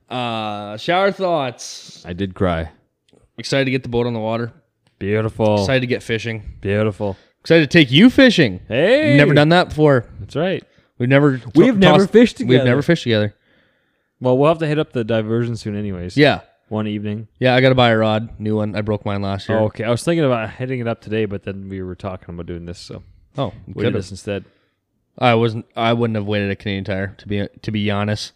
[SPEAKER 2] Uh, shower thoughts.
[SPEAKER 1] I did cry.
[SPEAKER 2] Excited to get the boat on the water.
[SPEAKER 1] Beautiful.
[SPEAKER 2] Excited to get fishing.
[SPEAKER 1] Beautiful.
[SPEAKER 2] Excited to take you fishing.
[SPEAKER 1] Hey.
[SPEAKER 2] Never done that before.
[SPEAKER 1] That's right.
[SPEAKER 2] We've never
[SPEAKER 1] We've never fished
[SPEAKER 2] We've
[SPEAKER 1] together.
[SPEAKER 2] never fished together.
[SPEAKER 1] Well, we'll have to hit up the diversion soon, anyways.
[SPEAKER 2] Yeah.
[SPEAKER 1] One evening.
[SPEAKER 2] Yeah, I got to buy a rod, new one. I broke mine last year.
[SPEAKER 1] Oh, okay. I was thinking about hitting it up today, but then we were talking about doing this, so
[SPEAKER 2] oh,
[SPEAKER 1] we
[SPEAKER 2] could
[SPEAKER 1] did
[SPEAKER 2] have.
[SPEAKER 1] this instead.
[SPEAKER 2] I wasn't. I wouldn't have waited at Canadian Tire to be to be honest.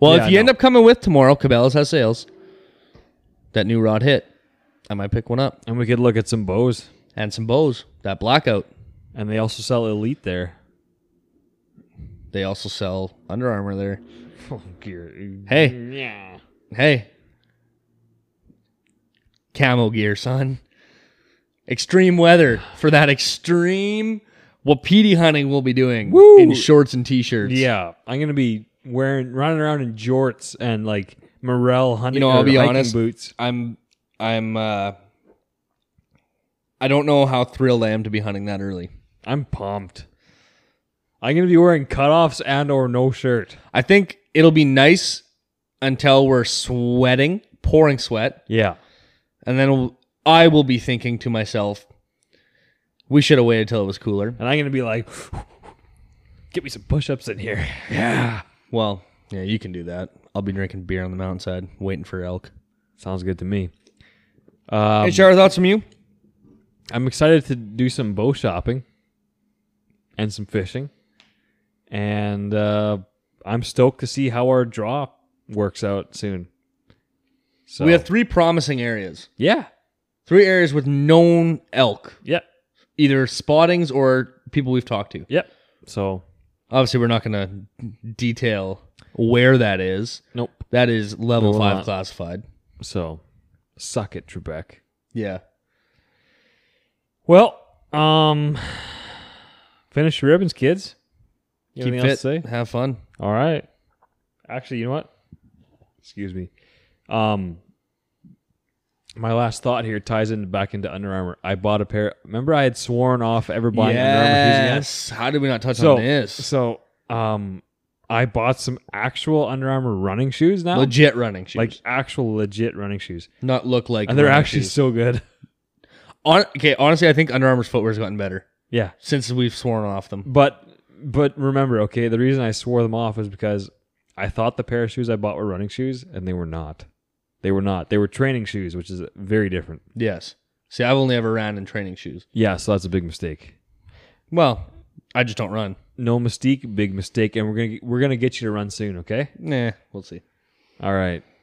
[SPEAKER 2] Well,
[SPEAKER 1] Yeah,
[SPEAKER 2] if you
[SPEAKER 1] no.
[SPEAKER 2] end up coming with tomorrow, Cabela's has sales. That new rod hit. I might pick one up
[SPEAKER 1] And we could look at some bows.
[SPEAKER 2] and some bows. That blackout.
[SPEAKER 1] And they also sell Elite there.
[SPEAKER 2] They also sell Under Armour there.
[SPEAKER 1] Oh, gear.
[SPEAKER 2] Hey,
[SPEAKER 1] Yeah.
[SPEAKER 2] hey. Camo gear, son. Extreme weather for that extreme wapiti hunting we'll be doing
[SPEAKER 1] Woo!
[SPEAKER 2] in shorts and t-shirts.
[SPEAKER 1] Yeah. I'm going to be wearing, running around in jorts and like morel hunting
[SPEAKER 2] know, I'll
[SPEAKER 1] or
[SPEAKER 2] be
[SPEAKER 1] hiking
[SPEAKER 2] honest.
[SPEAKER 1] boots.
[SPEAKER 2] I'm I'm uh I don't know how thrilled I am to be hunting that early.
[SPEAKER 1] I'm pumped. I'm going to be wearing cutoffs and or no shirt.
[SPEAKER 2] I think it'll be nice until we're sweating, pouring sweat,
[SPEAKER 1] Yeah.
[SPEAKER 2] and then we'll- I will be thinking to myself, we should have waited till it was cooler.
[SPEAKER 1] And I'm going to be like, get me some push ups in here.
[SPEAKER 2] Well, yeah, you can do that. I'll be drinking beer on the mountainside, waiting for elk.
[SPEAKER 1] Sounds good to me. Um,
[SPEAKER 2] Hey, shower thoughts from you?
[SPEAKER 1] I'm excited to do some bow shopping and some fishing. And uh, I'm stoked to see how our draw works out soon. So
[SPEAKER 2] We have three promising areas,
[SPEAKER 1] Yeah.
[SPEAKER 2] three areas with known elk,
[SPEAKER 1] Yeah.
[SPEAKER 2] either spottings or people we've talked to.
[SPEAKER 1] Yep. So
[SPEAKER 2] Obviously, we're not going to detail where that is.
[SPEAKER 1] nope.
[SPEAKER 2] That is level
[SPEAKER 1] No, we're
[SPEAKER 2] five
[SPEAKER 1] not.
[SPEAKER 2] classified.
[SPEAKER 1] So suck it, Trebek.
[SPEAKER 2] Yeah.
[SPEAKER 1] Well, um finish your ribbons, kids. You
[SPEAKER 2] Keep
[SPEAKER 1] anything
[SPEAKER 2] fit.
[SPEAKER 1] else to say?
[SPEAKER 2] Have fun.
[SPEAKER 1] All right. Actually, you know what? Excuse me. Um, my last thought here ties in back into Under Armour. I bought a pair. Remember, I had sworn off ever buying Under Armour shoes again.
[SPEAKER 2] Yes. How did we not touch on this?
[SPEAKER 1] So, so, um, I bought some actual Under Armour running shoes now,
[SPEAKER 2] Legit running shoes.
[SPEAKER 1] like actual legit running shoes,
[SPEAKER 2] not look like.
[SPEAKER 1] and they're
[SPEAKER 2] running
[SPEAKER 1] actually
[SPEAKER 2] shoes.
[SPEAKER 1] so good.
[SPEAKER 2] Hon- okay. Honestly, I think Under Armour's footwear has gotten better
[SPEAKER 1] Yeah,
[SPEAKER 2] since we've sworn off them.
[SPEAKER 1] but but remember, okay, the reason I swore them off was because I thought the pair of shoes I bought were running shoes, and they were not. They were not. They were training shoes, which is very different.
[SPEAKER 2] Yes. See, I've only ever ran in training shoes.
[SPEAKER 1] Yeah, so that's a big mistake.
[SPEAKER 2] Well, I just don't run.
[SPEAKER 1] No mistake, big mistake, and we're gonna we're gonna get you to run soon. Okay.
[SPEAKER 2] Nah. We'll see.
[SPEAKER 1] All right.